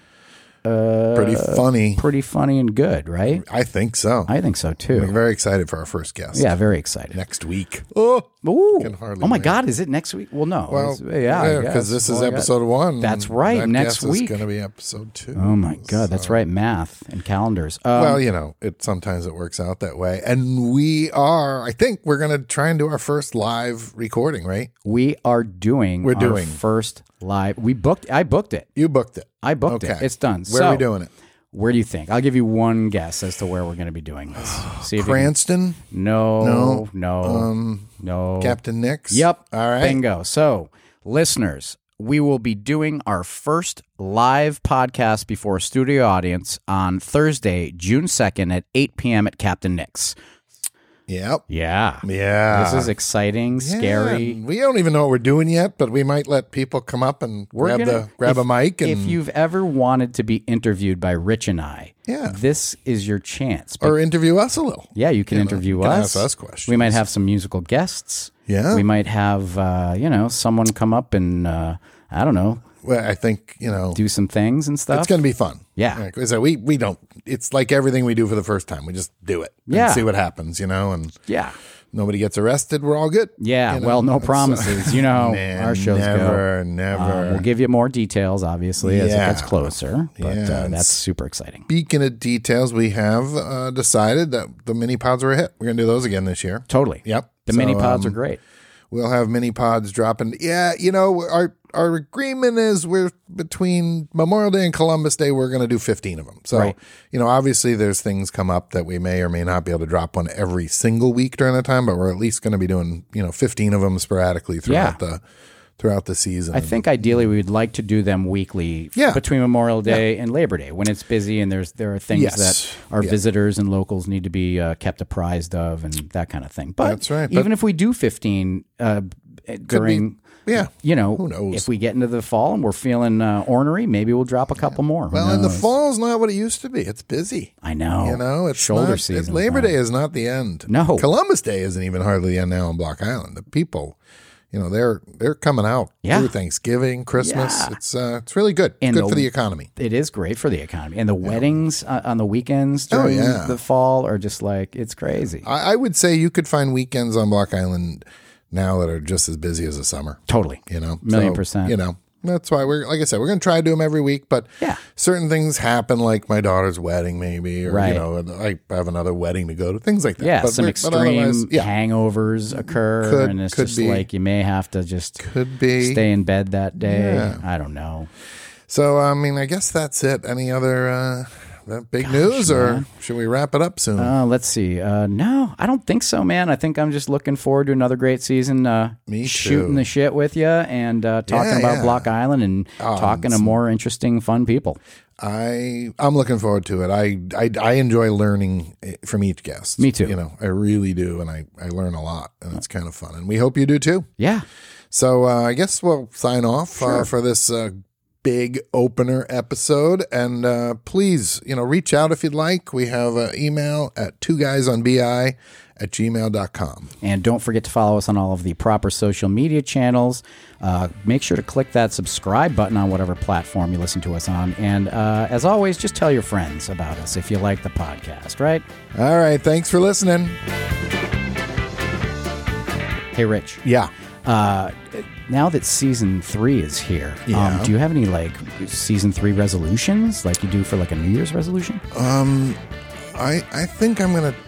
Speaker 1: Pretty funny.
Speaker 2: pretty funny and good, right?
Speaker 1: I think so.
Speaker 2: Uh, I think so
Speaker 1: We're
Speaker 2: too.
Speaker 1: very excited for our first guest.
Speaker 2: Yeah, very excited.
Speaker 1: Next week. Oh,
Speaker 2: Ooh.
Speaker 1: Can hardly
Speaker 2: Oh my
Speaker 1: wait.
Speaker 2: God, is it next week? Well, no.
Speaker 1: well,
Speaker 2: It's- yeah, I guess.
Speaker 1: because this is
Speaker 2: Well, I got-
Speaker 1: episode one.
Speaker 2: That's right,
Speaker 1: That
Speaker 2: next
Speaker 1: guest
Speaker 2: week.
Speaker 1: is going to be episode two.
Speaker 2: Oh my God, that's right. Math and calendars. Um,
Speaker 1: Well, you know, it sometimes it works out that way, and we are. I think we're going to try and do our first live recording. Right?
Speaker 2: we are doing.
Speaker 1: We're
Speaker 2: our
Speaker 1: doing.
Speaker 2: first live. We booked. I booked it.
Speaker 1: You booked it.
Speaker 2: I booked
Speaker 1: Okay.
Speaker 2: it. It's done.
Speaker 1: Where
Speaker 2: so,
Speaker 1: are we doing it?
Speaker 2: Where do you think? I'll give you one guess as to where we're going to be doing this. See if you can-
Speaker 1: Cranston,
Speaker 2: no,
Speaker 1: No.
Speaker 2: no, no,
Speaker 1: um, Captain Nix.
Speaker 2: Yep.
Speaker 1: All right.
Speaker 2: Bingo. So, listeners, we will be doing our first live podcast before a studio audience on Thursday, June 2nd at 8 p.m. at Captain Nick's.
Speaker 1: Yep.
Speaker 2: Yeah.
Speaker 1: Yeah.
Speaker 2: This is exciting,
Speaker 1: Yeah,
Speaker 2: scary.
Speaker 1: and We don't even know what we're doing yet, but we might let people come up and
Speaker 2: We're
Speaker 1: grab
Speaker 2: gonna-
Speaker 1: the grab a
Speaker 2: if-
Speaker 1: mic and
Speaker 2: If you've ever wanted to be interviewed by Rich and I,
Speaker 1: Yeah.
Speaker 2: this is your chance.
Speaker 1: or interview us a little.
Speaker 2: Yeah, you can interview
Speaker 1: can
Speaker 2: us.
Speaker 1: ask us questions.
Speaker 2: We might have some musical guests.
Speaker 1: Yeah.
Speaker 2: We might have, uh, you know, someone come up and, uh, I don't know,
Speaker 1: Well, I think you know
Speaker 2: do some things and stuff.
Speaker 1: it's going to be fun.
Speaker 2: Yeah.
Speaker 1: Like, so we we don't. It's like everything we do for the first time. We just do it. and
Speaker 2: Yeah.
Speaker 1: see what happens. You know, and
Speaker 2: yeah.
Speaker 1: nobody gets arrested. We're all good.
Speaker 2: Yeah.
Speaker 1: You know,
Speaker 2: well, no
Speaker 1: it's-
Speaker 2: promises. you know,
Speaker 1: Man,
Speaker 2: our shows go.
Speaker 1: never, never.
Speaker 2: Um, we'll give you more details, obviously, as it
Speaker 1: Yeah.
Speaker 2: gets closer. But
Speaker 1: Yeah,
Speaker 2: uh,
Speaker 1: it's-
Speaker 2: that's super exciting.
Speaker 1: Speaking of details, we have uh, decided that the mini pods were a hit. We're going to do those again this year.
Speaker 2: Totally.
Speaker 1: Yep.
Speaker 2: The
Speaker 1: So,
Speaker 2: mini pods
Speaker 1: um,
Speaker 2: are great.
Speaker 1: We'll have mini pods dropping. Yeah, you know, our our agreement is we're between Memorial Day and Columbus Day, we're going to do 15 of them. So,
Speaker 2: Right.
Speaker 1: you know, obviously there's things come up that we may or may not be able to drop one every single week during that time, but we're at least going to be doing, you know, 15 of them sporadically throughout the throughout the season.
Speaker 2: I think ideally we would like to do them weekly f-
Speaker 1: Yeah.
Speaker 2: between Memorial Day and Labor Day when it's busy and there's there are things
Speaker 1: Yes.
Speaker 2: that our visitors and locals need to be uh, kept apprised of and that kind of thing. But
Speaker 1: That's right, but-
Speaker 2: even if we do 15 uh, during
Speaker 1: yeah.
Speaker 2: you know,
Speaker 1: knows?
Speaker 2: if we get into the fall and we're feeling uh, ornery, maybe we'll drop a couple more. Who
Speaker 1: Well, and the
Speaker 2: knows?
Speaker 1: fall's not what it used to be. It's busy.
Speaker 2: I know.
Speaker 1: You know, it's
Speaker 2: Oh, shoulder
Speaker 1: not- it-
Speaker 2: season.
Speaker 1: Labor
Speaker 2: right?
Speaker 1: Day is not the end.
Speaker 2: No.
Speaker 1: Columbus Day isn't even hardly the end now on Block Island. The people, you know, they're they're coming out
Speaker 2: Yeah.
Speaker 1: through Thanksgiving, Christmas.
Speaker 2: Yeah.
Speaker 1: It's uh, it's really good.
Speaker 2: And
Speaker 1: good
Speaker 2: the-
Speaker 1: for the economy.
Speaker 2: It is great for the economy, and the weddings uh, on the weekends
Speaker 1: Oh,
Speaker 2: during
Speaker 1: yeah.
Speaker 2: the fall are just like it's crazy.
Speaker 1: I, I would say you could find weekends on Block Island now that are just as busy as the summer.
Speaker 2: totally.
Speaker 1: You know,
Speaker 2: Million percent.
Speaker 1: You know, that's why we're like I said, we're going to try to do them every week. But
Speaker 2: Yeah.
Speaker 1: certain things happen, like my daughter's wedding, maybe, or
Speaker 2: Right.
Speaker 1: you know, I have another wedding to go to, things like that.
Speaker 2: Yeah,
Speaker 1: But
Speaker 2: some
Speaker 1: we're- but otherwise,
Speaker 2: extreme hangovers occur,
Speaker 1: Could-
Speaker 2: and it's
Speaker 1: could
Speaker 2: just
Speaker 1: be.
Speaker 2: like you may have to just
Speaker 1: could be
Speaker 2: stay in bed that day.
Speaker 1: Yeah.
Speaker 2: I don't know.
Speaker 1: So I mean, I guess that's it. Any other uh, that big news, or should we wrap it up soon?
Speaker 2: Uh, let's see. Uh, no, I don't think so, man. I think I'm just looking forward to another great season. Uh,
Speaker 1: Me
Speaker 2: shooting
Speaker 1: too.
Speaker 2: the shit with you and uh, talking
Speaker 1: Yeah, Oh,
Speaker 2: about
Speaker 1: yeah.
Speaker 2: Block Island and talking to more interesting, fun people.
Speaker 1: I I'm looking forward to it. I, I I enjoy learning eh, from each guest.
Speaker 2: Me too.
Speaker 1: You know, I really do, and I I learn a lot, and it's kind of fun. And we hope you do too.
Speaker 2: Yeah,
Speaker 1: So uh, I guess we'll sign off uh, for this uh, big opener episode. And uh, please, you know, reach out if you'd like. We have an email at two guys on bi at gmail.com.
Speaker 2: And don't forget to follow us on all of the proper social media channels. Uh, make sure to click that subscribe button on whatever platform you listen to us on. And uh, as always, just tell your friends about us if you like the podcast, right?
Speaker 1: All right. Thanks for listening.
Speaker 2: Hey, Rich.
Speaker 1: Yeah.
Speaker 2: Uh, now that season three is here,
Speaker 1: Yeah.
Speaker 2: um, do you have any like season three resolutions, like you do for like a New Year's resolution?
Speaker 1: I, I think I'm going to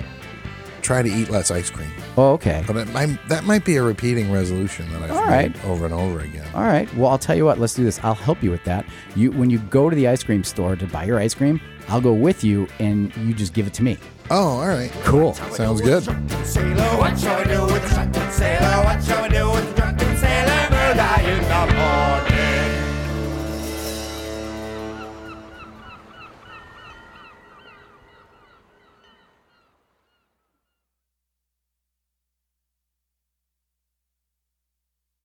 Speaker 1: try to eat less ice cream.
Speaker 2: Oh, okay.
Speaker 1: But it, I, that might be a repeating resolution that I've
Speaker 2: All
Speaker 1: made
Speaker 2: right.
Speaker 1: over and over again.
Speaker 2: All right. Well, I'll tell you what. Let's do this. I'll help you with that. You when you go to the ice cream store to buy your ice cream, I'll go with you, and you just give it to me.
Speaker 1: Oh, all right.
Speaker 2: Cool.
Speaker 1: Sounds good.
Speaker 3: Sailor, what shall we do with the drunken sailor? What shall we do with the drunken